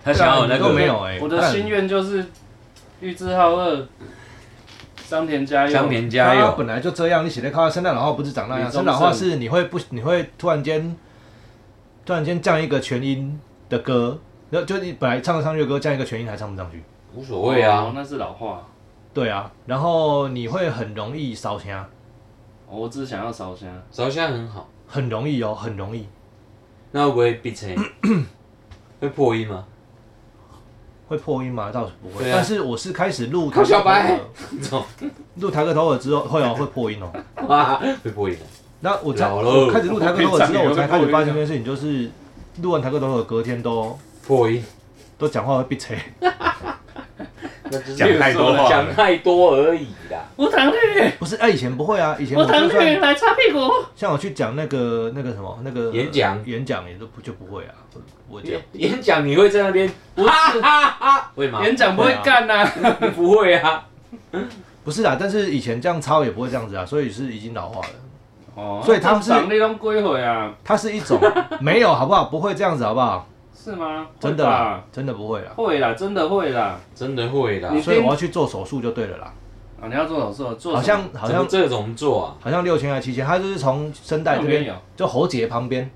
[SPEAKER 5] 他想要有那
[SPEAKER 2] 对啊你都没
[SPEAKER 5] 个
[SPEAKER 2] 有哎、
[SPEAKER 1] 我的心愿就是玉置浩二、桑田佳佑。
[SPEAKER 5] 香甜
[SPEAKER 2] 但
[SPEAKER 5] 加
[SPEAKER 2] 他
[SPEAKER 5] 油，
[SPEAKER 2] 本来就这样，你写的靠声带老化不是长那
[SPEAKER 1] 李
[SPEAKER 2] 样，
[SPEAKER 1] 宗
[SPEAKER 2] 声带老化
[SPEAKER 1] 盛
[SPEAKER 2] 是你会不你会突然间突然间降一个全音的歌，然后就你本来唱得上去的歌降一个全音还唱不上去，
[SPEAKER 3] 无所谓啊
[SPEAKER 1] 哦，。那是老化。
[SPEAKER 2] 对啊，然后你会很容易烧啊香，
[SPEAKER 1] 哦我只想要烧香。
[SPEAKER 3] 烧香很好，
[SPEAKER 2] 很容易哦，很容易
[SPEAKER 3] 那会不会闭嘴？会破音吗？
[SPEAKER 2] 会破音吗？倒是不会，
[SPEAKER 3] 对啊
[SPEAKER 2] 但是我是开始录
[SPEAKER 3] 靠小白
[SPEAKER 2] 头耳
[SPEAKER 3] 走
[SPEAKER 2] 录台个头耳之后会哦会破音哦。
[SPEAKER 3] 啊，会破音的。
[SPEAKER 2] 那我才
[SPEAKER 3] 老了
[SPEAKER 2] 我开始录台歌头之后，
[SPEAKER 1] 我
[SPEAKER 2] 我
[SPEAKER 1] 可以
[SPEAKER 2] 才开
[SPEAKER 1] 唱你
[SPEAKER 2] 始
[SPEAKER 1] 有个
[SPEAKER 2] 发现一件事情，就是录完台歌头的隔天都
[SPEAKER 3] 破音，
[SPEAKER 2] 都讲话会闭嘴，
[SPEAKER 3] 那就是
[SPEAKER 4] 讲太多话
[SPEAKER 3] 讲
[SPEAKER 4] 了，
[SPEAKER 3] 太多而已啦。
[SPEAKER 1] 无糖绿，
[SPEAKER 2] 不是？哎，以前不会啊，以前
[SPEAKER 1] 无
[SPEAKER 2] 我
[SPEAKER 1] 糖
[SPEAKER 2] 就
[SPEAKER 1] 绿
[SPEAKER 2] 算
[SPEAKER 1] 来擦屁股。
[SPEAKER 2] 像我去讲那个那个什么那个
[SPEAKER 3] 演讲
[SPEAKER 2] 演讲也都不就不会啊，我我讲
[SPEAKER 3] 演演讲你会在那边，
[SPEAKER 1] 不是，
[SPEAKER 3] 会
[SPEAKER 2] 啊
[SPEAKER 3] 吗？
[SPEAKER 1] 演讲不会干呐、
[SPEAKER 3] 不会啊，
[SPEAKER 2] 不是啊啦，但是以前这样抄也不会这样子啊，所以是已经老化了。
[SPEAKER 1] 哦
[SPEAKER 2] 所以他们是
[SPEAKER 1] 长那种归回啊，
[SPEAKER 2] 它是一种没有好不好？不会这样子好不好？
[SPEAKER 1] 是吗？
[SPEAKER 2] 真的啊
[SPEAKER 1] 会
[SPEAKER 2] 啦
[SPEAKER 1] 吧，
[SPEAKER 2] 真的不会啦，
[SPEAKER 1] 会啦，真的会啦。
[SPEAKER 3] 真的会啦。
[SPEAKER 1] 你
[SPEAKER 2] 所以我要去做手术就对了啦。
[SPEAKER 1] 啊，你要做手术，做
[SPEAKER 2] 好像好
[SPEAKER 3] 怎么
[SPEAKER 2] 像
[SPEAKER 3] 这种做啊？
[SPEAKER 2] 好像六千还七千，它就是从声带
[SPEAKER 1] 带
[SPEAKER 2] 这
[SPEAKER 1] 这边
[SPEAKER 2] 边
[SPEAKER 1] 有，
[SPEAKER 2] 就喉结旁边，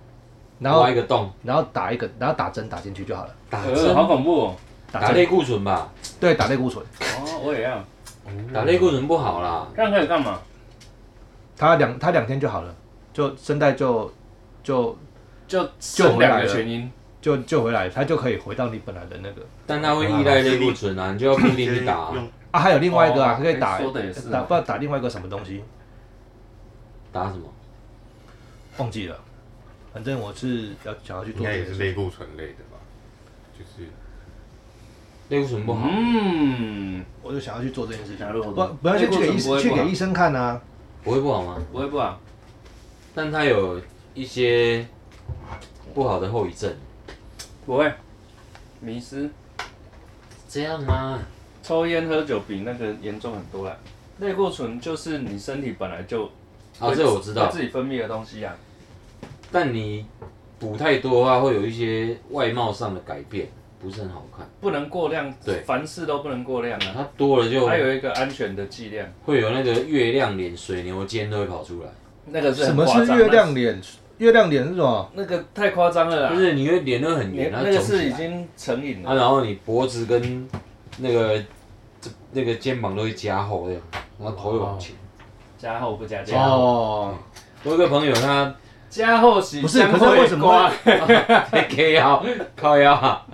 [SPEAKER 2] 然后
[SPEAKER 3] 挖一个洞，
[SPEAKER 2] 然后打一个，然后打针打进去就好了。
[SPEAKER 3] 打
[SPEAKER 1] 呃，
[SPEAKER 3] 针
[SPEAKER 1] 好，恐怖哦。
[SPEAKER 3] 打类固醇吧，
[SPEAKER 2] 对，打类固醇，
[SPEAKER 1] 哦，我也要。
[SPEAKER 3] 打类固醇不好啦。
[SPEAKER 1] 这样可以干嘛？
[SPEAKER 2] 他两他两天就好了，就声带就就
[SPEAKER 1] 就剩
[SPEAKER 2] 回来
[SPEAKER 1] 两个
[SPEAKER 2] 了
[SPEAKER 1] 全音。
[SPEAKER 2] 就就回来，他就可以回到你本来的那个
[SPEAKER 3] 但它会依赖类固醇啊，你就要固定去打啊，
[SPEAKER 4] 用
[SPEAKER 2] 啊。还有另外一个啊，
[SPEAKER 1] 哦
[SPEAKER 2] 可以打
[SPEAKER 1] 哎说的也是啊
[SPEAKER 2] 打不知道打另外一个什么东西，
[SPEAKER 3] 打什么？
[SPEAKER 2] 忘记了。反正我是要想要去
[SPEAKER 4] 应
[SPEAKER 2] 做
[SPEAKER 4] 该
[SPEAKER 2] 这
[SPEAKER 4] 也
[SPEAKER 2] 个
[SPEAKER 4] 是
[SPEAKER 2] 事
[SPEAKER 4] 类
[SPEAKER 2] 情，
[SPEAKER 4] 固醇类的吧，就是
[SPEAKER 3] 类固醇不好，
[SPEAKER 1] 嗯，
[SPEAKER 2] 我就想要去做这件事情
[SPEAKER 1] 假。如
[SPEAKER 2] 不不要先去给医
[SPEAKER 1] 不会不好
[SPEAKER 2] 去给医生看啊，
[SPEAKER 3] 不会不好吗？
[SPEAKER 1] 不会不啊好。
[SPEAKER 3] 但它有一些不好的后遗症，
[SPEAKER 1] 不会，迷失。
[SPEAKER 3] 这样吗？
[SPEAKER 1] 抽烟喝酒比那个严重很多啦。类固醇就是你身体本来就
[SPEAKER 3] 啊，这我知
[SPEAKER 1] 会
[SPEAKER 3] 道
[SPEAKER 1] 自，己分泌的东西啊。
[SPEAKER 3] 但你补太多的话，会有一些外貌上的改变，不是很好看。
[SPEAKER 1] 不能过量，
[SPEAKER 3] 对
[SPEAKER 1] 凡事都不能过量啊。
[SPEAKER 3] 它多了就
[SPEAKER 1] 它有一个安全的剂量，
[SPEAKER 3] 会有那个月亮脸、水牛肩都会跑出来，
[SPEAKER 1] 那个是
[SPEAKER 2] 什
[SPEAKER 1] 很
[SPEAKER 2] 么
[SPEAKER 1] 夸张啊
[SPEAKER 2] 是
[SPEAKER 1] 的
[SPEAKER 2] 月亮脸？月亮脸是什么？
[SPEAKER 1] 那个太夸张了啦，
[SPEAKER 3] 就是你会脸都很
[SPEAKER 1] 你
[SPEAKER 3] 圆，然
[SPEAKER 1] 啊那
[SPEAKER 3] 后
[SPEAKER 1] 个
[SPEAKER 3] 肿
[SPEAKER 1] 是
[SPEAKER 3] 起
[SPEAKER 1] 已
[SPEAKER 3] 来，
[SPEAKER 1] 经成瘾了。
[SPEAKER 3] 啊，然后你脖子跟那个这那个肩膀都会加厚这样，然后头会往前。
[SPEAKER 1] 加厚不加价，
[SPEAKER 2] 哦，
[SPEAKER 3] 我有个朋友他
[SPEAKER 1] 加厚洗
[SPEAKER 2] 不是
[SPEAKER 1] 香
[SPEAKER 2] 可是为什么
[SPEAKER 1] 会刮？
[SPEAKER 3] K 腰靠腰啊，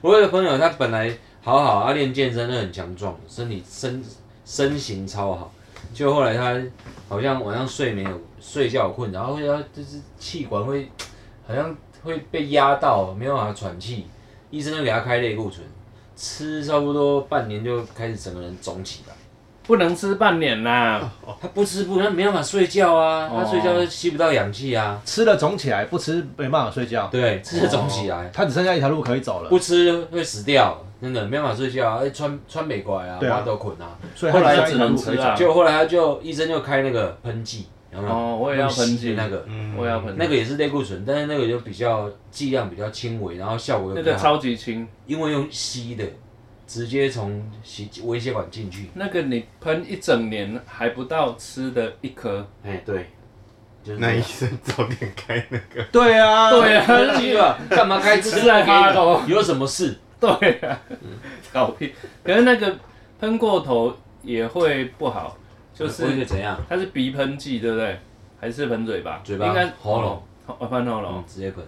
[SPEAKER 3] 我有个朋友他本来好好，他练健身都很强壮，身体身身形超好，就后来他好像晚上睡眠有睡觉有困扰，然后会他就是气管会好像会被压到，没办法喘气，医生就给他开类固醇，吃差不多半年就开始整个人肿起来。
[SPEAKER 1] 不能吃半年啦，
[SPEAKER 3] 他不吃不，他没办法睡觉啊，他睡觉就吸不到氧气啊，
[SPEAKER 2] 吃了肿起来，不吃没办法睡觉，
[SPEAKER 3] 对，吃就肿起来。
[SPEAKER 2] 他只剩下一条路可以走了
[SPEAKER 3] 啊不，吃会死掉，真的没办法睡觉啊，哎穿穿美国啊，
[SPEAKER 2] 对啊
[SPEAKER 3] 挖都捆啊。
[SPEAKER 2] 所以
[SPEAKER 1] 后来
[SPEAKER 2] 他
[SPEAKER 1] 就只能吃啊。
[SPEAKER 3] 就后来他就医生就开那个喷剂，有没有？
[SPEAKER 1] 哦，我也要喷
[SPEAKER 3] 吸
[SPEAKER 1] 剂
[SPEAKER 3] 嗯那，个，
[SPEAKER 4] 嗯
[SPEAKER 1] 我也要喷
[SPEAKER 3] 那个也是类固醇，但是那个就比较剂量比较轻微，然后效果
[SPEAKER 1] 那
[SPEAKER 3] 又
[SPEAKER 1] 个
[SPEAKER 3] 比较好，
[SPEAKER 1] 超级轻，
[SPEAKER 3] 因为用吸的，直接从吸微血管进去。
[SPEAKER 1] 那个你喷一整年还不到吃的一颗。
[SPEAKER 3] 哎，对，就是这
[SPEAKER 4] 嗯那
[SPEAKER 3] 样 <laughs>
[SPEAKER 4] 医生早点开那
[SPEAKER 1] <laughs>
[SPEAKER 4] 个，
[SPEAKER 2] 对啊，
[SPEAKER 1] 对啊， <laughs>
[SPEAKER 3] 喷剂吧，干嘛开吃
[SPEAKER 1] 是在发抖
[SPEAKER 3] 给你有什么事？
[SPEAKER 1] 对啊，
[SPEAKER 3] 嗯
[SPEAKER 1] 搞屁！可是那个喷过头也会不好，就
[SPEAKER 3] 会
[SPEAKER 1] 是
[SPEAKER 3] 怎样？
[SPEAKER 1] 它是鼻喷剂，对不对？还是喷嘴巴？
[SPEAKER 3] 嘴巴
[SPEAKER 1] 应该
[SPEAKER 3] 喉咙，
[SPEAKER 1] 哦哦喷喉咙
[SPEAKER 3] 嗯，，直接喷。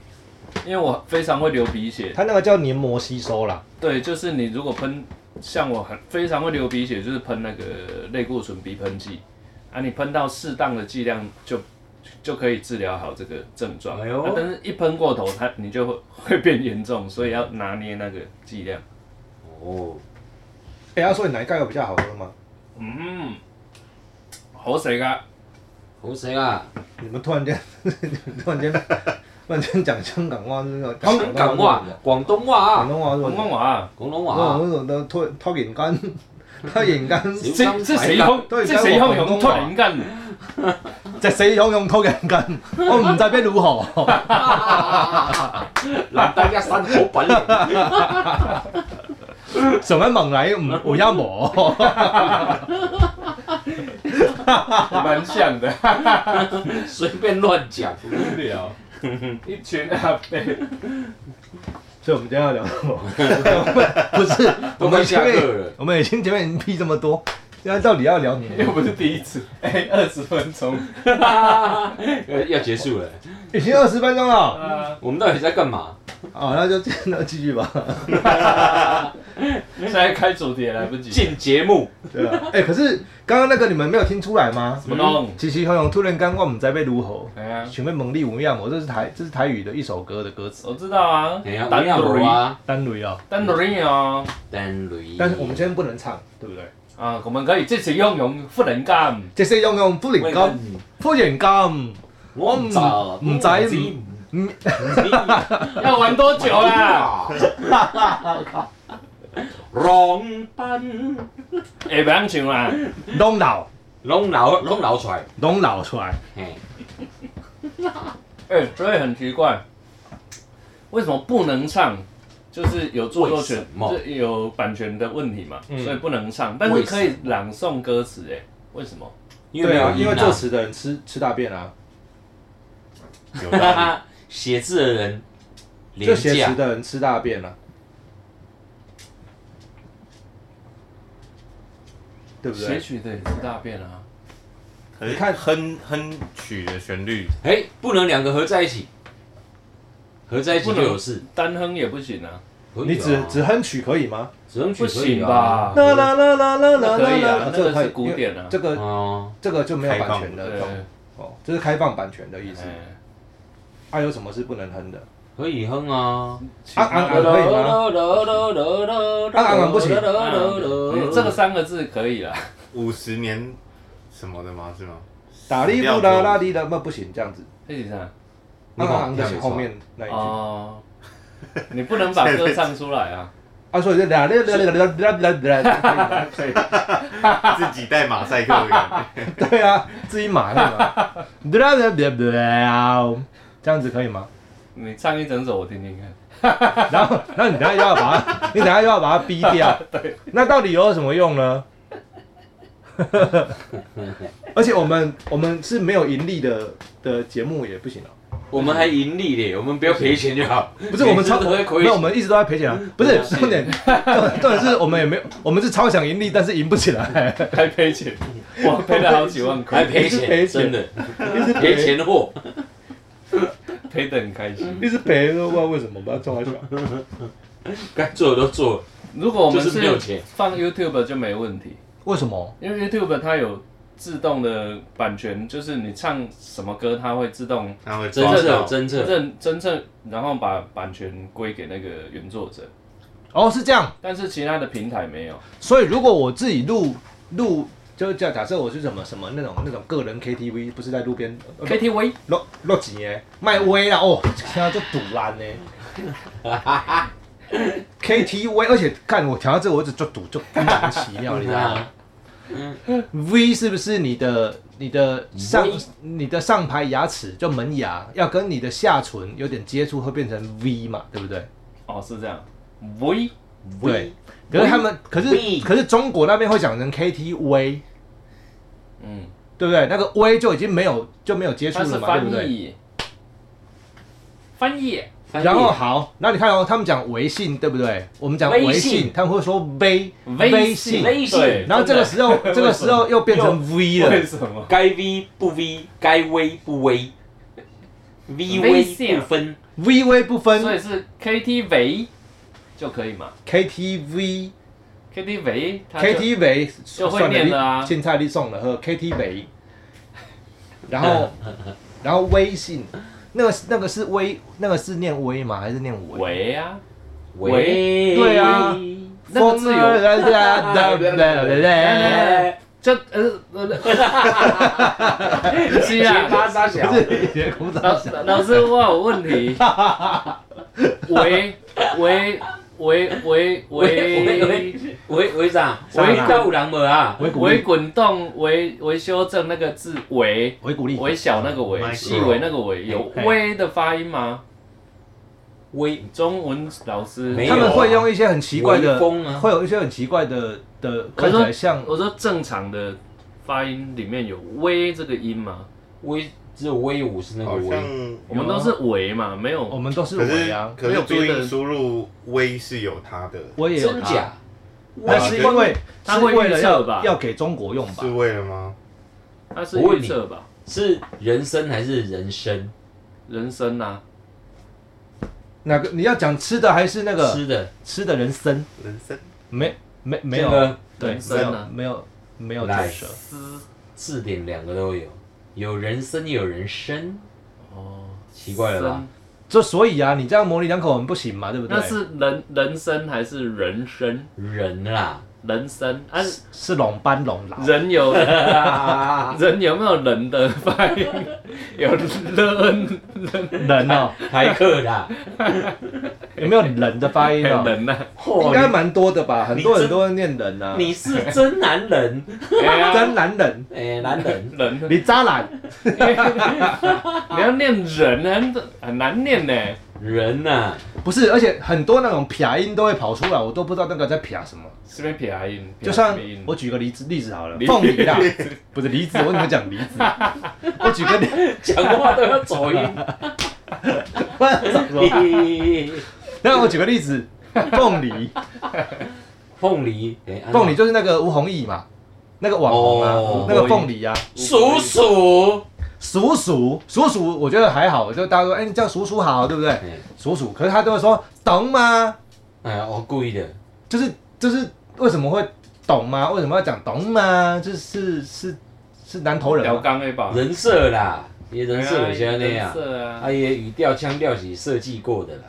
[SPEAKER 1] 因为我非常会流鼻血。
[SPEAKER 2] 它那个叫黏膜吸收啦，
[SPEAKER 1] 对，就是你如果喷，像我很非常会流鼻血，就是喷那个类固醇鼻喷剂啊，你喷到适当的剂量就。就可以治疗好这个症状，
[SPEAKER 3] 哎呦
[SPEAKER 1] 啊但是一喷过头，它你就会会变严重，所以要拿捏那个剂量。
[SPEAKER 3] 哦，
[SPEAKER 2] 哎、他说你奶盖有比较好喝吗？
[SPEAKER 1] 嗯，好食啊！
[SPEAKER 3] 好谁啊？
[SPEAKER 2] 你们突然间， <laughs> 突然间，突然间讲香港话那个
[SPEAKER 3] 香港话、广东话
[SPEAKER 2] 广
[SPEAKER 3] 啊、
[SPEAKER 2] 东话是吧
[SPEAKER 1] 广东话，
[SPEAKER 3] 广东
[SPEAKER 2] 我讲
[SPEAKER 3] 话啊，
[SPEAKER 2] 那种都突突然 <laughs> 间，突然
[SPEAKER 3] <laughs>
[SPEAKER 2] 间，
[SPEAKER 3] 谁
[SPEAKER 1] 这这谁用？
[SPEAKER 2] 都
[SPEAKER 1] 这
[SPEAKER 2] 是讲
[SPEAKER 1] 谁用
[SPEAKER 2] 广
[SPEAKER 1] 用
[SPEAKER 2] 东
[SPEAKER 1] 突
[SPEAKER 2] 话
[SPEAKER 1] 然间？
[SPEAKER 2] 隻死樣用突然間，我唔知邊如何。 <laughs>
[SPEAKER 3] 嗱，大家生好本
[SPEAKER 2] <laughs>
[SPEAKER 3] 領，
[SPEAKER 2] 上一問你唔回一模，
[SPEAKER 1] 蛮像的，
[SPEAKER 3] 随便乱讲。
[SPEAKER 1] 无聊。一群阿伯，
[SPEAKER 2] 所以我们今天要聊什麼？不是， <laughs> 我
[SPEAKER 3] 都
[SPEAKER 2] 們
[SPEAKER 3] 快
[SPEAKER 2] 前
[SPEAKER 3] 下课
[SPEAKER 2] 面
[SPEAKER 3] 了，
[SPEAKER 2] 我們已經前面已經批這麼多，現在到底要聊什
[SPEAKER 1] 又
[SPEAKER 2] 麼？
[SPEAKER 1] 不是第一次，哎、二十分钟，
[SPEAKER 3] 要 <laughs> 要结啊束了。
[SPEAKER 2] 已經二十分鐘了，
[SPEAKER 1] 啊，
[SPEAKER 3] 我们到底在干嘛？
[SPEAKER 2] 好，那就 <laughs> 那就繼續吧。
[SPEAKER 1] 现在开主题也来不及，
[SPEAKER 3] 进节目，
[SPEAKER 2] 对啊，哎、可是刚刚那個你們沒有聽出來嗎？
[SPEAKER 1] 怎么弄？
[SPEAKER 2] 其實好像突然間我唔知邊如何，
[SPEAKER 1] 哎呀，
[SPEAKER 2] 前面蒙力無恙，我这是台这是台語的一首歌的歌詞，
[SPEAKER 1] 我知道啊
[SPEAKER 3] 哎呀，，
[SPEAKER 1] 单独
[SPEAKER 3] 我啊，
[SPEAKER 2] 單類啊，
[SPEAKER 1] 单独啊，
[SPEAKER 3] 单雷。
[SPEAKER 2] 但是我们今天不能唱，對嗯不對？
[SPEAKER 1] 啊，我们可以这次用用富人干，
[SPEAKER 2] 隻死樣用突然
[SPEAKER 3] 喂
[SPEAKER 2] 間，突然間。
[SPEAKER 3] 我唔
[SPEAKER 1] 啊
[SPEAKER 2] 我唔唔知
[SPEAKER 3] <laughs> 唔
[SPEAKER 2] 唔
[SPEAKER 1] 要玩多久啊啦？
[SPEAKER 3] 浪奔，
[SPEAKER 1] 哎，不要唱啦，
[SPEAKER 2] 弄老
[SPEAKER 3] 浪流浪流出來，
[SPEAKER 2] 弄老出来，
[SPEAKER 3] 嘿，
[SPEAKER 1] 哎，所以很奇怪，为什么不能唱？就是有著作
[SPEAKER 3] 为
[SPEAKER 1] 权
[SPEAKER 3] 什，么
[SPEAKER 1] 这有版权的问题嘛，
[SPEAKER 2] 嗯
[SPEAKER 1] 所以不能唱，但是
[SPEAKER 3] 为什么
[SPEAKER 1] 可以朗诵歌词，哎，为什么？
[SPEAKER 3] 因为没有音啊
[SPEAKER 2] 因为作词的人吃吃大便啊，
[SPEAKER 4] 有道
[SPEAKER 3] <laughs>
[SPEAKER 4] 理
[SPEAKER 3] 写字的人
[SPEAKER 2] 就
[SPEAKER 3] 廉
[SPEAKER 2] 写词
[SPEAKER 3] 价，
[SPEAKER 2] 的人吃大便啊，对不
[SPEAKER 1] 写
[SPEAKER 2] 对？
[SPEAKER 1] 曲的也是大便啊。
[SPEAKER 4] <laughs> 可是
[SPEAKER 2] 你看
[SPEAKER 4] 哼哼曲的旋律，
[SPEAKER 3] 哎，不能两个合在一起，合在一起
[SPEAKER 1] 不
[SPEAKER 3] 就
[SPEAKER 1] 能
[SPEAKER 3] 有事。
[SPEAKER 1] 单哼也不行啊，
[SPEAKER 3] 可以啊
[SPEAKER 2] 你只只哼曲可以吗？
[SPEAKER 3] 只能
[SPEAKER 1] 不
[SPEAKER 3] 取可以
[SPEAKER 1] 行
[SPEAKER 3] 啊
[SPEAKER 1] 吧？
[SPEAKER 2] 啦啦啦啦啦
[SPEAKER 1] 那
[SPEAKER 2] 啦
[SPEAKER 1] 可以啊
[SPEAKER 2] 啦，
[SPEAKER 1] 那个
[SPEAKER 2] 可以
[SPEAKER 1] 是古典啊
[SPEAKER 2] 因为这个
[SPEAKER 3] 哦，
[SPEAKER 2] 这个就没有版权
[SPEAKER 1] 对
[SPEAKER 2] 的状况哦，这是开放版权的意思。
[SPEAKER 1] 哎
[SPEAKER 2] 啊，有什么是不能哼的？
[SPEAKER 3] 可以哼啊。
[SPEAKER 1] 哎
[SPEAKER 2] 啊啊啊可以吗
[SPEAKER 3] 吗
[SPEAKER 2] 啊啊不行
[SPEAKER 1] 嗯这个三个字可以啦，
[SPEAKER 4] 五十年什么的吗？是吗？
[SPEAKER 2] 打哩不啦啦哩的，那不行，这样子。
[SPEAKER 1] 这几张
[SPEAKER 2] 啊
[SPEAKER 3] 你
[SPEAKER 2] 啊
[SPEAKER 3] 好
[SPEAKER 2] 啊！就是后面那一句
[SPEAKER 1] 哦，你不能把歌唱出来
[SPEAKER 2] <laughs>
[SPEAKER 1] 啊，
[SPEAKER 2] 啊，所以就啦啦啦啦啦啦啦啦啦。
[SPEAKER 4] 自己带马赛克的感
[SPEAKER 1] <laughs>
[SPEAKER 4] 觉，
[SPEAKER 2] 对啊，自己买的嘛。这样子可以吗？
[SPEAKER 1] 你唱一整首我听听看，
[SPEAKER 2] 然后，然后你等下又要把它，你等下又要把它逼掉。那到底有什么用呢？而且我们我们是没有盈利的的节目也不行啊，
[SPEAKER 3] 我们还盈利嘞，我们不要赔钱就好。
[SPEAKER 2] 不是我们超，
[SPEAKER 3] 每次都会亏
[SPEAKER 2] 没
[SPEAKER 3] 钱
[SPEAKER 2] 有我们一直都在赔钱啊，
[SPEAKER 3] 嗯
[SPEAKER 2] 不是重点，重点是我们也没有，我们是超想盈利，但是赢不起
[SPEAKER 3] <laughs>
[SPEAKER 2] 来，
[SPEAKER 1] 还赔钱，
[SPEAKER 2] <laughs>
[SPEAKER 1] 我赔了好几万块，
[SPEAKER 3] 还赔
[SPEAKER 2] 一直赔
[SPEAKER 3] 钱，
[SPEAKER 2] 钱
[SPEAKER 3] 真的赔钱货。
[SPEAKER 1] 赔得很开心。
[SPEAKER 2] 一直赔，都不知道为什么，不知道冲来想。
[SPEAKER 3] 该做的都做了，
[SPEAKER 1] 如果我们
[SPEAKER 3] 就是没有钱
[SPEAKER 1] 是放 YouTube 就没问题，
[SPEAKER 2] 为什么？
[SPEAKER 1] 因为 YouTube 它有自动的版权，就是你唱什么歌，它会自动
[SPEAKER 4] 然后
[SPEAKER 3] 侦
[SPEAKER 4] 抓
[SPEAKER 3] 测
[SPEAKER 4] 到
[SPEAKER 3] 侦测，
[SPEAKER 1] 认真正，然后把版权归给那个原作者。
[SPEAKER 2] 哦，是这样。
[SPEAKER 1] 但是其他的平台没有，
[SPEAKER 2] 所以如果我自己录录，就是假假设我是什么什么那种那种个人 KTV，不是在路边呃
[SPEAKER 1] KTV
[SPEAKER 2] 落落几耶，卖威啦哦，听到就堵烂呢。KTV，而且看我调到这个，我一直就堵就莫名其妙，你知道吗？V 是不是你的你的上
[SPEAKER 3] V
[SPEAKER 2] 你的上排牙齿就门牙要跟你的下唇有点接触，会变成 V 嘛，对不对？
[SPEAKER 1] 哦是这样，V
[SPEAKER 2] 对，可是他们可是
[SPEAKER 3] V
[SPEAKER 2] 可是中国那边会讲成 KTV，
[SPEAKER 1] 嗯，
[SPEAKER 2] 对不对？那个微就已经没有就没有接触
[SPEAKER 1] 它是
[SPEAKER 2] 了嘛，对
[SPEAKER 1] 翻
[SPEAKER 2] 不对？
[SPEAKER 1] 译，翻译
[SPEAKER 3] 翻译
[SPEAKER 2] 然后好，那你看哦，他们讲微信，对不对？我们讲微
[SPEAKER 3] 微
[SPEAKER 2] 信
[SPEAKER 3] 信，
[SPEAKER 2] 他们会说微
[SPEAKER 1] 微信
[SPEAKER 3] 微信
[SPEAKER 1] 对
[SPEAKER 2] 然后这个时候这个时候又变成 V
[SPEAKER 1] <laughs> 为
[SPEAKER 2] 了，
[SPEAKER 1] 什么？
[SPEAKER 3] 该 V 不 V，该微不微
[SPEAKER 1] 微
[SPEAKER 3] ，V 微
[SPEAKER 1] 信
[SPEAKER 3] 不分，
[SPEAKER 2] 微微不
[SPEAKER 1] 所
[SPEAKER 2] 分
[SPEAKER 1] 以是 KTV 就可以嘛
[SPEAKER 2] KTV
[SPEAKER 1] ？KTV 它就
[SPEAKER 2] KTV
[SPEAKER 1] 就会念了啊
[SPEAKER 2] 青菜你送了呵 KTV，然后然后微信，那个那个是微那个是念微吗？还是念微？
[SPEAKER 1] 喂啊，
[SPEAKER 3] 喂，
[SPEAKER 2] 对啊，
[SPEAKER 1] 那个自由，这呃呃，是
[SPEAKER 3] 结
[SPEAKER 1] 啊，
[SPEAKER 3] 巴沙小，
[SPEAKER 1] 老老师我有问题，喂喂喂喂喂
[SPEAKER 3] 为为啥？
[SPEAKER 2] 啥
[SPEAKER 3] 为到有人无啊？
[SPEAKER 2] 维古
[SPEAKER 1] 为
[SPEAKER 2] 力，
[SPEAKER 1] 滚动为为修正那个字为
[SPEAKER 2] 维古力，
[SPEAKER 1] 为小那个为细微那个微有微的发音吗？
[SPEAKER 3] 为
[SPEAKER 1] 中文老师
[SPEAKER 3] 没
[SPEAKER 2] 他们会用一些很奇怪的
[SPEAKER 3] 微，风啊
[SPEAKER 2] 会有一些很奇怪的的，看起来像
[SPEAKER 1] 我说正常的发音里面有“微”这个音吗？
[SPEAKER 3] 威只有威武是那个
[SPEAKER 4] 好像
[SPEAKER 3] 威，，
[SPEAKER 1] 我们都是“微”嘛，没
[SPEAKER 2] 我
[SPEAKER 1] 有。
[SPEAKER 2] 们都是
[SPEAKER 4] 可
[SPEAKER 2] 维
[SPEAKER 4] 是
[SPEAKER 2] 啊，
[SPEAKER 4] 可
[SPEAKER 1] 没有
[SPEAKER 4] 是注
[SPEAKER 1] 别的
[SPEAKER 4] 音输入微是有它的，
[SPEAKER 2] 我也有啊
[SPEAKER 3] 真
[SPEAKER 2] 它，
[SPEAKER 3] 假？
[SPEAKER 2] 但是因为
[SPEAKER 1] 他
[SPEAKER 2] 是
[SPEAKER 1] 会
[SPEAKER 2] 为
[SPEAKER 1] 预
[SPEAKER 2] 了
[SPEAKER 1] 测
[SPEAKER 2] 要
[SPEAKER 1] 吧？
[SPEAKER 2] 要给中国用吧
[SPEAKER 4] 是，为了吗？
[SPEAKER 1] 它是预测
[SPEAKER 3] 哦
[SPEAKER 1] 吧？
[SPEAKER 3] 是人参还是人参？
[SPEAKER 1] 人生啊，
[SPEAKER 2] 哪个你要讲吃的还是那个
[SPEAKER 3] 吃的
[SPEAKER 2] 吃的人参？<laughs>
[SPEAKER 4] 人生
[SPEAKER 2] 没没没
[SPEAKER 3] 这
[SPEAKER 2] 有，
[SPEAKER 3] 个
[SPEAKER 1] 对，
[SPEAKER 2] 对，
[SPEAKER 1] 生
[SPEAKER 2] 没有
[SPEAKER 1] 啊，
[SPEAKER 2] 没有没有
[SPEAKER 3] 来
[SPEAKER 2] 卷舌，
[SPEAKER 1] 思
[SPEAKER 3] 字典两个都有，有人参也有人参，
[SPEAKER 1] 哦，
[SPEAKER 3] 奇怪了吧？
[SPEAKER 2] 就所以啊，你这样模棱两可我们不行嘛，对不
[SPEAKER 1] 生？
[SPEAKER 2] 对
[SPEAKER 1] 那？是人人生还是人生？
[SPEAKER 3] 人啦，
[SPEAKER 1] 人生啊，
[SPEAKER 2] 是龙班龙老，
[SPEAKER 1] 人有 <laughs>
[SPEAKER 2] 啊
[SPEAKER 3] <laughs>
[SPEAKER 1] 人有没有人的发音？有人
[SPEAKER 2] 人哦，
[SPEAKER 3] 台客啦，
[SPEAKER 2] 有没有人的发音哦？
[SPEAKER 1] <laughs> 人呐？
[SPEAKER 2] <laughs> 应
[SPEAKER 3] 嚯
[SPEAKER 2] 该蛮多的吧，很多
[SPEAKER 3] 你真
[SPEAKER 2] 人都会念人啊，
[SPEAKER 3] 你是真男人， <laughs>
[SPEAKER 1] 哎呀
[SPEAKER 2] 真男人，
[SPEAKER 3] 哎，男人。
[SPEAKER 1] 人，
[SPEAKER 2] 你渣男。
[SPEAKER 1] 你要念人，很很难念呢。
[SPEAKER 3] 人呐、
[SPEAKER 2] 不是，而且很多那种撇音都会跑出来，我都不知道那个在撇什么。
[SPEAKER 1] 是不是撇音？
[SPEAKER 2] 就像
[SPEAKER 1] 撇音
[SPEAKER 2] 我举个例子例子
[SPEAKER 1] <laughs>
[SPEAKER 2] 好了
[SPEAKER 1] 梨，
[SPEAKER 2] 凤梨啦，不是梨子，我怎么讲梨子？
[SPEAKER 1] <laughs>
[SPEAKER 2] 我举个例， <laughs>
[SPEAKER 3] 讲话都要走音。
[SPEAKER 2] 我要怎么说那我举个例子，凤梨，
[SPEAKER 3] <laughs> 凤梨，哎
[SPEAKER 2] 凤梨，就是那个吴宏毅嘛，那个网红
[SPEAKER 3] 哦
[SPEAKER 2] 啊，那个凤梨啊，
[SPEAKER 3] 叔叔，
[SPEAKER 2] 鼠鼠鼠鼠，我觉得还好，就大家说，哎，你叫鼠鼠好，对不对？
[SPEAKER 3] 哎
[SPEAKER 2] 鼠鼠，可是他都会说懂吗？
[SPEAKER 3] 哎呀，我故意的，
[SPEAKER 2] 就是就是为什么会懂吗？为什么要讲懂吗？就是是是南投人
[SPEAKER 1] 聊
[SPEAKER 2] 吗？
[SPEAKER 1] 刚 A 吧，
[SPEAKER 3] 人设啦，也人设有
[SPEAKER 1] 有
[SPEAKER 3] 些
[SPEAKER 1] 些
[SPEAKER 3] 那样，哎
[SPEAKER 1] 色啊，
[SPEAKER 3] 他也语调腔调是设计过的啦。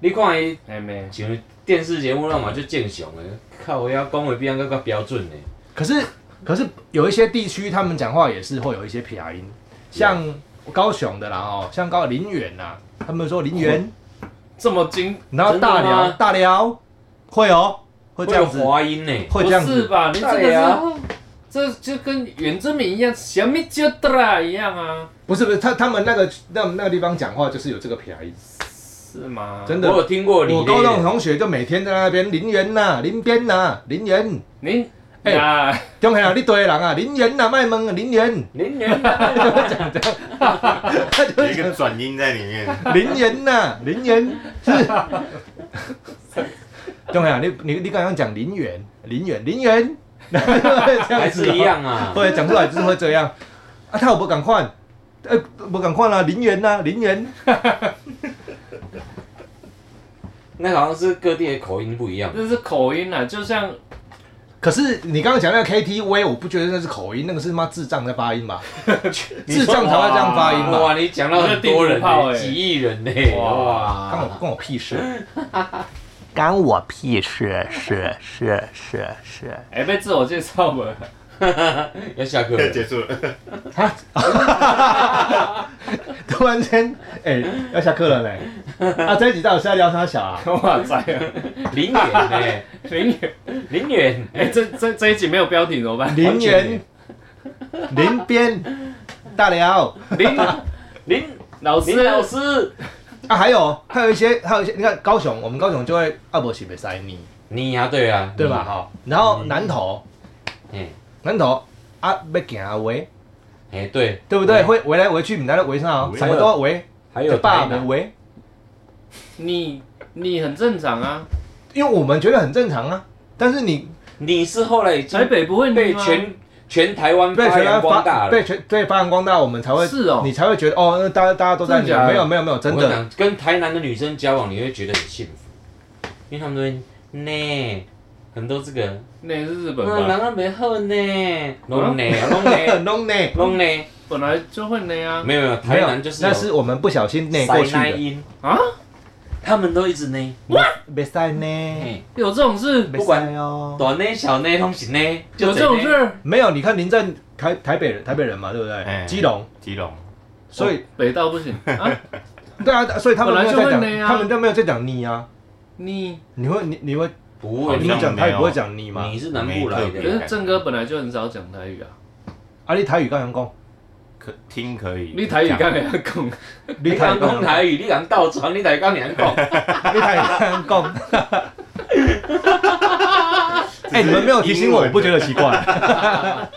[SPEAKER 3] 你看伊
[SPEAKER 1] 哎没，
[SPEAKER 3] 像电视节目那嘛就正常的，靠，我要讲话比人家较标准的。
[SPEAKER 2] 可是可是有一些地区他们讲话也是会有一些撇音，像高雄的啦哦，像高林园呐，他们说林园，
[SPEAKER 1] 这么精，
[SPEAKER 2] 然后大
[SPEAKER 3] 哦真的
[SPEAKER 2] 寮
[SPEAKER 3] 吗
[SPEAKER 2] 大寮会哦，会这
[SPEAKER 3] 有啊
[SPEAKER 2] 样子，
[SPEAKER 3] 滑音呢，
[SPEAKER 2] 会
[SPEAKER 1] 不
[SPEAKER 2] 这样
[SPEAKER 1] 是
[SPEAKER 2] 子，
[SPEAKER 1] 吧？你这
[SPEAKER 3] 对啊
[SPEAKER 1] 个是，这就跟原住民一样，什么叫的啦一样啊，
[SPEAKER 2] 不是不是，他他们那个那那个地方讲话就是有这个撇音。
[SPEAKER 1] 是吗？
[SPEAKER 2] 真
[SPEAKER 3] 我
[SPEAKER 2] 的
[SPEAKER 3] 有听过你
[SPEAKER 2] 我高中同学就每天在那边林园呐，林边呐，林园，
[SPEAKER 1] 您
[SPEAKER 2] 哎
[SPEAKER 1] 呀，
[SPEAKER 2] 中黑啊，你对人啊，林园呐，卖萌啊，林
[SPEAKER 3] <laughs>
[SPEAKER 2] 园，
[SPEAKER 3] 林园，
[SPEAKER 2] 他就
[SPEAKER 4] 有
[SPEAKER 2] 会
[SPEAKER 4] 一
[SPEAKER 2] 讲
[SPEAKER 4] 个转音在里面，
[SPEAKER 2] 林园呐，林园是。中黑啊，你你你刚刚讲林园，林园，林园，还
[SPEAKER 3] 还是一，样
[SPEAKER 2] <laughs>
[SPEAKER 3] 啊。
[SPEAKER 2] 对，讲出来就是会这样。啊，他有不敢换，呃，不敢换啊，林园呐，林园，
[SPEAKER 3] 那好像是各地的口音不一样。
[SPEAKER 1] 这是口音啊，就像
[SPEAKER 2] 可是你刚刚讲那个 KTV，我不觉得那是口音，那个是妈智障在发音吧？智障才会这样发音吧？
[SPEAKER 3] 哇，你讲到很多人、呢，几亿人呢、
[SPEAKER 2] 关我
[SPEAKER 3] 哇，
[SPEAKER 2] 关我屁事！
[SPEAKER 6] 干我屁事！是是是是，
[SPEAKER 1] 哎被自我介绍
[SPEAKER 2] <laughs>
[SPEAKER 1] 嘛，
[SPEAKER 3] 要下课
[SPEAKER 4] <laughs> 结束了。
[SPEAKER 2] 突然间，哎、要下课了嘞！啊，这一集到底是在聊啥小啊？
[SPEAKER 1] 哇塞啊，
[SPEAKER 3] 林远呢、
[SPEAKER 1] 林远，
[SPEAKER 3] 林远，
[SPEAKER 1] 哎这这这一集没有标题怎么办？
[SPEAKER 2] <laughs> 林园、林边、大寮
[SPEAKER 1] 林
[SPEAKER 3] 林
[SPEAKER 1] 老师
[SPEAKER 3] 林老师，
[SPEAKER 2] 啊，还有还有一些，还有一些，你看高雄，我们高雄就会阿伯西北塞尼，
[SPEAKER 3] 你啊，对啊，
[SPEAKER 2] 对吧？好，然后南投，
[SPEAKER 3] 你？哎
[SPEAKER 2] 南投啊，要行啊围，
[SPEAKER 3] 哎，对，
[SPEAKER 2] 对不对？会围来围去，你来围上哦，
[SPEAKER 4] 围
[SPEAKER 2] 什么都要围，
[SPEAKER 3] 还有
[SPEAKER 2] 爸
[SPEAKER 3] 台
[SPEAKER 2] 们
[SPEAKER 3] 南，
[SPEAKER 2] 围，
[SPEAKER 1] 你你很正常啊，
[SPEAKER 2] 因为我们觉得很正常啊。但是你
[SPEAKER 3] 你是后来已
[SPEAKER 1] 台
[SPEAKER 3] 经
[SPEAKER 1] 北不会你
[SPEAKER 3] 被
[SPEAKER 1] 吗
[SPEAKER 3] 全全台湾
[SPEAKER 2] 被
[SPEAKER 3] 发
[SPEAKER 2] 全
[SPEAKER 3] 扬
[SPEAKER 2] 台
[SPEAKER 3] 光大
[SPEAKER 2] 发
[SPEAKER 3] 了。
[SPEAKER 2] 被全对发扬光大，我们才会
[SPEAKER 1] 是哦
[SPEAKER 2] 你才会觉得哦，那大家大家都在
[SPEAKER 1] 真的假的
[SPEAKER 2] 讲，没有没有没有，真
[SPEAKER 3] 我跟你
[SPEAKER 2] 的
[SPEAKER 3] 讲跟台南的女生交往，你会觉得很幸福，因为他们都会呢，很多这个，
[SPEAKER 1] 那也是日本
[SPEAKER 3] 嗯，
[SPEAKER 1] 吧，啊
[SPEAKER 3] 人啊没好呢，拢呢，拢呢，
[SPEAKER 2] 弄呢。
[SPEAKER 3] 拢呢。
[SPEAKER 1] 本来就会那啊
[SPEAKER 3] 没有没有，
[SPEAKER 2] 没
[SPEAKER 3] 台
[SPEAKER 2] 有
[SPEAKER 3] 南就，是
[SPEAKER 2] 那
[SPEAKER 3] 有
[SPEAKER 2] 是我们不小心内过去
[SPEAKER 3] 塞奶
[SPEAKER 2] 的。
[SPEAKER 3] 音，
[SPEAKER 1] 啊，
[SPEAKER 3] 他们都一直呢，
[SPEAKER 2] 没塞呢，
[SPEAKER 3] 嘿，
[SPEAKER 1] 有这种事，
[SPEAKER 2] 没
[SPEAKER 3] 不管
[SPEAKER 2] 塞哦。
[SPEAKER 3] 短呢小呢通行呢，就
[SPEAKER 1] 有这种
[SPEAKER 3] 呢
[SPEAKER 1] 事，哦儿，
[SPEAKER 2] 没有，你看林正台台北人，台北人嘛，对不对？
[SPEAKER 4] 哎
[SPEAKER 2] 基隆，
[SPEAKER 4] 基隆，
[SPEAKER 2] 所以
[SPEAKER 1] 北道不行啊！
[SPEAKER 2] 对啊，所以他们没有在
[SPEAKER 1] 本来就会
[SPEAKER 2] 讲，
[SPEAKER 1] 呢啊
[SPEAKER 2] 他们就没有在讲你啊。 <laughs>
[SPEAKER 1] 你
[SPEAKER 2] 你会你你会
[SPEAKER 3] 不
[SPEAKER 4] 好
[SPEAKER 3] 会
[SPEAKER 2] 哦
[SPEAKER 4] 像
[SPEAKER 2] 你
[SPEAKER 3] 你
[SPEAKER 2] 讲
[SPEAKER 4] 没有
[SPEAKER 2] 台语不会讲你嘛
[SPEAKER 3] 你？是南部来
[SPEAKER 4] 没特
[SPEAKER 1] 可
[SPEAKER 3] 的
[SPEAKER 4] 别，
[SPEAKER 1] 是正哥本来就很少讲台语啊，
[SPEAKER 2] 啊，你台语刚刚讲，
[SPEAKER 4] 可听可以。
[SPEAKER 1] 你台语刚才要讲，
[SPEAKER 3] 你敢
[SPEAKER 2] 刚
[SPEAKER 3] 讲台语，你敢倒床，你台刚娘讲，
[SPEAKER 2] 你台语刚刚讲。
[SPEAKER 4] 只是
[SPEAKER 2] <laughs> 哎，你们没有提醒我，
[SPEAKER 4] 英文
[SPEAKER 2] 我
[SPEAKER 4] 的
[SPEAKER 2] 不觉得奇怪。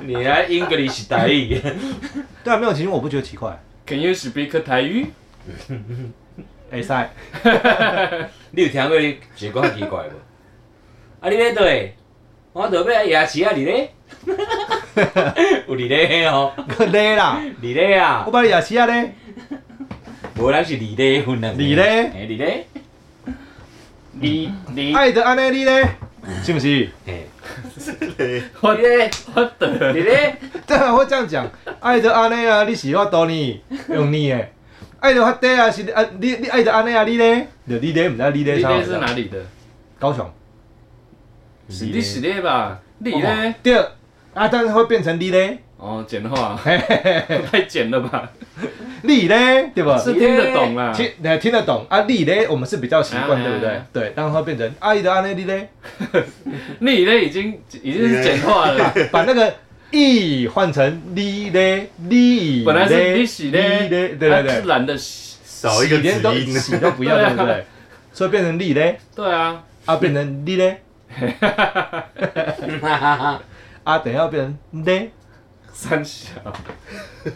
[SPEAKER 3] 你还 English 台语， <laughs>
[SPEAKER 2] 对啊，没有提醒我不觉得奇怪。
[SPEAKER 1] Can you speak 台语？
[SPEAKER 2] 哎 <laughs> 塞，
[SPEAKER 3] 你有听过一个很奇怪无？啊，你咧对？我倒要夜市啊，你咧？ <laughs> 有你咧哦，
[SPEAKER 2] 个勒啦，
[SPEAKER 3] 你咧啊
[SPEAKER 2] 我，把你牙齿啊勒，
[SPEAKER 3] 无人是你咧分两个
[SPEAKER 2] 你咧
[SPEAKER 3] 嘿你咧，
[SPEAKER 1] 你你
[SPEAKER 2] 爱的安内你勒，是不是？
[SPEAKER 3] 嘿 <laughs>
[SPEAKER 1] 我
[SPEAKER 3] 你咧，
[SPEAKER 1] 我的
[SPEAKER 3] 你咧，
[SPEAKER 2] 对啊，会这样讲，爱的安内啊，你是我多你用你诶。爱的发呆啊，是啊，你你爱的安内啊，你勒，就你勒，唔知你勒
[SPEAKER 1] 你
[SPEAKER 2] 啥
[SPEAKER 1] 咧
[SPEAKER 2] 回
[SPEAKER 1] 是
[SPEAKER 2] 事
[SPEAKER 1] 哪？里的？
[SPEAKER 2] 高雄。
[SPEAKER 1] 是你是咧吧？你咧？
[SPEAKER 2] 第二哦啊，但是会变成你嘞，
[SPEAKER 1] 哦，简化， <laughs> 太简了吧？
[SPEAKER 2] <laughs> 你嘞，对吧？
[SPEAKER 1] 是听得懂啦。
[SPEAKER 2] 听呃听得懂啊，你嘞，我们是比较习惯，
[SPEAKER 1] 哎
[SPEAKER 2] 对不
[SPEAKER 1] 哎
[SPEAKER 2] 对
[SPEAKER 1] 哎？
[SPEAKER 2] 对，然后变成阿姨的阿内你嘞，
[SPEAKER 1] 你咧已经已经是简化了，
[SPEAKER 2] 把那个 e 换成你嘞，你
[SPEAKER 1] 本来是
[SPEAKER 2] 嘞
[SPEAKER 1] 你洗
[SPEAKER 2] 你
[SPEAKER 1] 咧，
[SPEAKER 2] 嘞对对
[SPEAKER 1] 啊
[SPEAKER 2] 对
[SPEAKER 1] 是，懒得洗。
[SPEAKER 4] 少一个
[SPEAKER 2] 洗连都
[SPEAKER 4] 子音，
[SPEAKER 2] 洗都不
[SPEAKER 1] <laughs>
[SPEAKER 2] 要，
[SPEAKER 1] 对啊
[SPEAKER 2] 对不对？所以变成你嘞，
[SPEAKER 1] 对啊，
[SPEAKER 2] 啊变成你嘞，
[SPEAKER 3] 哈哈哈，
[SPEAKER 2] 啊等一下变成嘞，
[SPEAKER 1] 三小。 <laughs>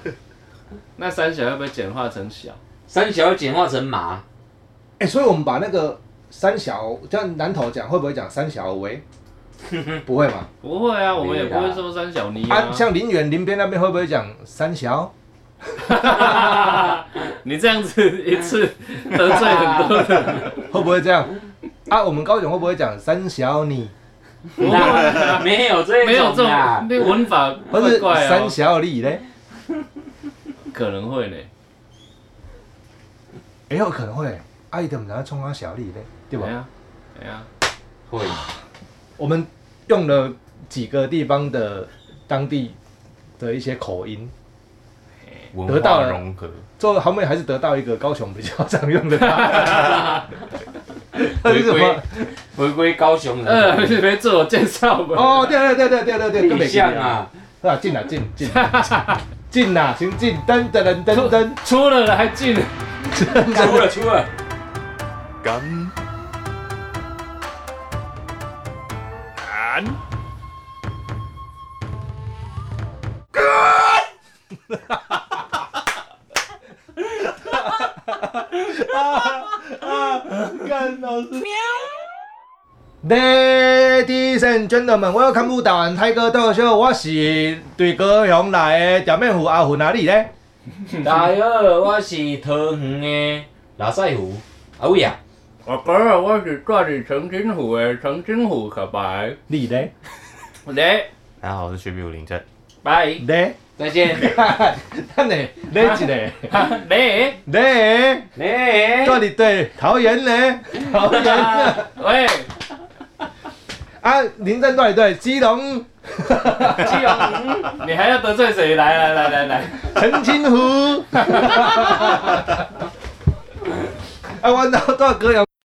[SPEAKER 1] 那三小要不要简化成小？
[SPEAKER 3] 三小简化成马，
[SPEAKER 2] 哎，所以我们把那个三小，像南头讲会不会讲三小
[SPEAKER 1] <laughs>
[SPEAKER 2] 为？不会嘛？
[SPEAKER 1] 不会啊，我们也
[SPEAKER 3] 没
[SPEAKER 1] 不
[SPEAKER 3] 啦
[SPEAKER 1] 会说三小你
[SPEAKER 2] 啊，
[SPEAKER 1] 啊。
[SPEAKER 2] 像林园林边那边会不会讲三小？
[SPEAKER 1] <laughs> 你这样子一次得罪很多人，
[SPEAKER 2] 会不会这样？啊，我们高雄会不会讲三小你，
[SPEAKER 3] 那没有这
[SPEAKER 1] 哦没有这种
[SPEAKER 3] 种啊啦，
[SPEAKER 1] 那文法
[SPEAKER 2] 或是
[SPEAKER 1] 怪怪
[SPEAKER 2] 三
[SPEAKER 1] 哦，
[SPEAKER 2] 小你嘞？
[SPEAKER 1] 可能会呢，
[SPEAKER 2] 也有可能会，阿姨的然后冲阿小丽嘞，对
[SPEAKER 1] 哎
[SPEAKER 2] 吧？
[SPEAKER 1] 呀，哎呀，
[SPEAKER 3] 会
[SPEAKER 2] 我们用了几个地方的当地的一些口音，得
[SPEAKER 4] 文
[SPEAKER 2] 到
[SPEAKER 4] 化
[SPEAKER 2] 了
[SPEAKER 4] 融合，
[SPEAKER 2] 最后后面还是得到一个高雄比较常用的搭配。那是什
[SPEAKER 3] 回归
[SPEAKER 2] 么？
[SPEAKER 3] 回归高雄
[SPEAKER 1] 呃，
[SPEAKER 3] 人，
[SPEAKER 1] 没自我介绍吧？
[SPEAKER 2] 哦，对对对对对对对，跟
[SPEAKER 3] 你
[SPEAKER 2] 北京
[SPEAKER 3] 像
[SPEAKER 2] 一样，
[SPEAKER 3] 啊，
[SPEAKER 2] 是吧？进啊进进进啊，行进噔噔噔噔噔。
[SPEAKER 1] <laughs> 出了了还进了，啊
[SPEAKER 3] 出了出了。
[SPEAKER 4] 感
[SPEAKER 2] 干老师。Ladies and gentlemen, welcome to 台湾泰哥脱口秀，我是对高雄来的假面虎阿虎哪里咧？
[SPEAKER 3] 大家好，我是桃园的拉塞虎阿伟啊，
[SPEAKER 1] 我哥儿，我是抓你澄金虎诶，澄金虎可白，
[SPEAKER 2] 你咧？
[SPEAKER 1] 来
[SPEAKER 4] 大家好，我是学比武林正，
[SPEAKER 1] <laughs> 拜，
[SPEAKER 2] <laughs> 咧？
[SPEAKER 3] 再见。
[SPEAKER 2] 等你，咧一个，
[SPEAKER 1] 来，
[SPEAKER 2] 咧？
[SPEAKER 3] 哎、
[SPEAKER 2] 到底对桃园咧？桃园啊！
[SPEAKER 1] 喂，
[SPEAKER 2] 啊，林正到底对基隆
[SPEAKER 1] 基
[SPEAKER 2] <laughs>
[SPEAKER 1] 隆，你还要得罪谁？来来来来来，
[SPEAKER 2] 澄 À, 清湖？啊，我到到高雄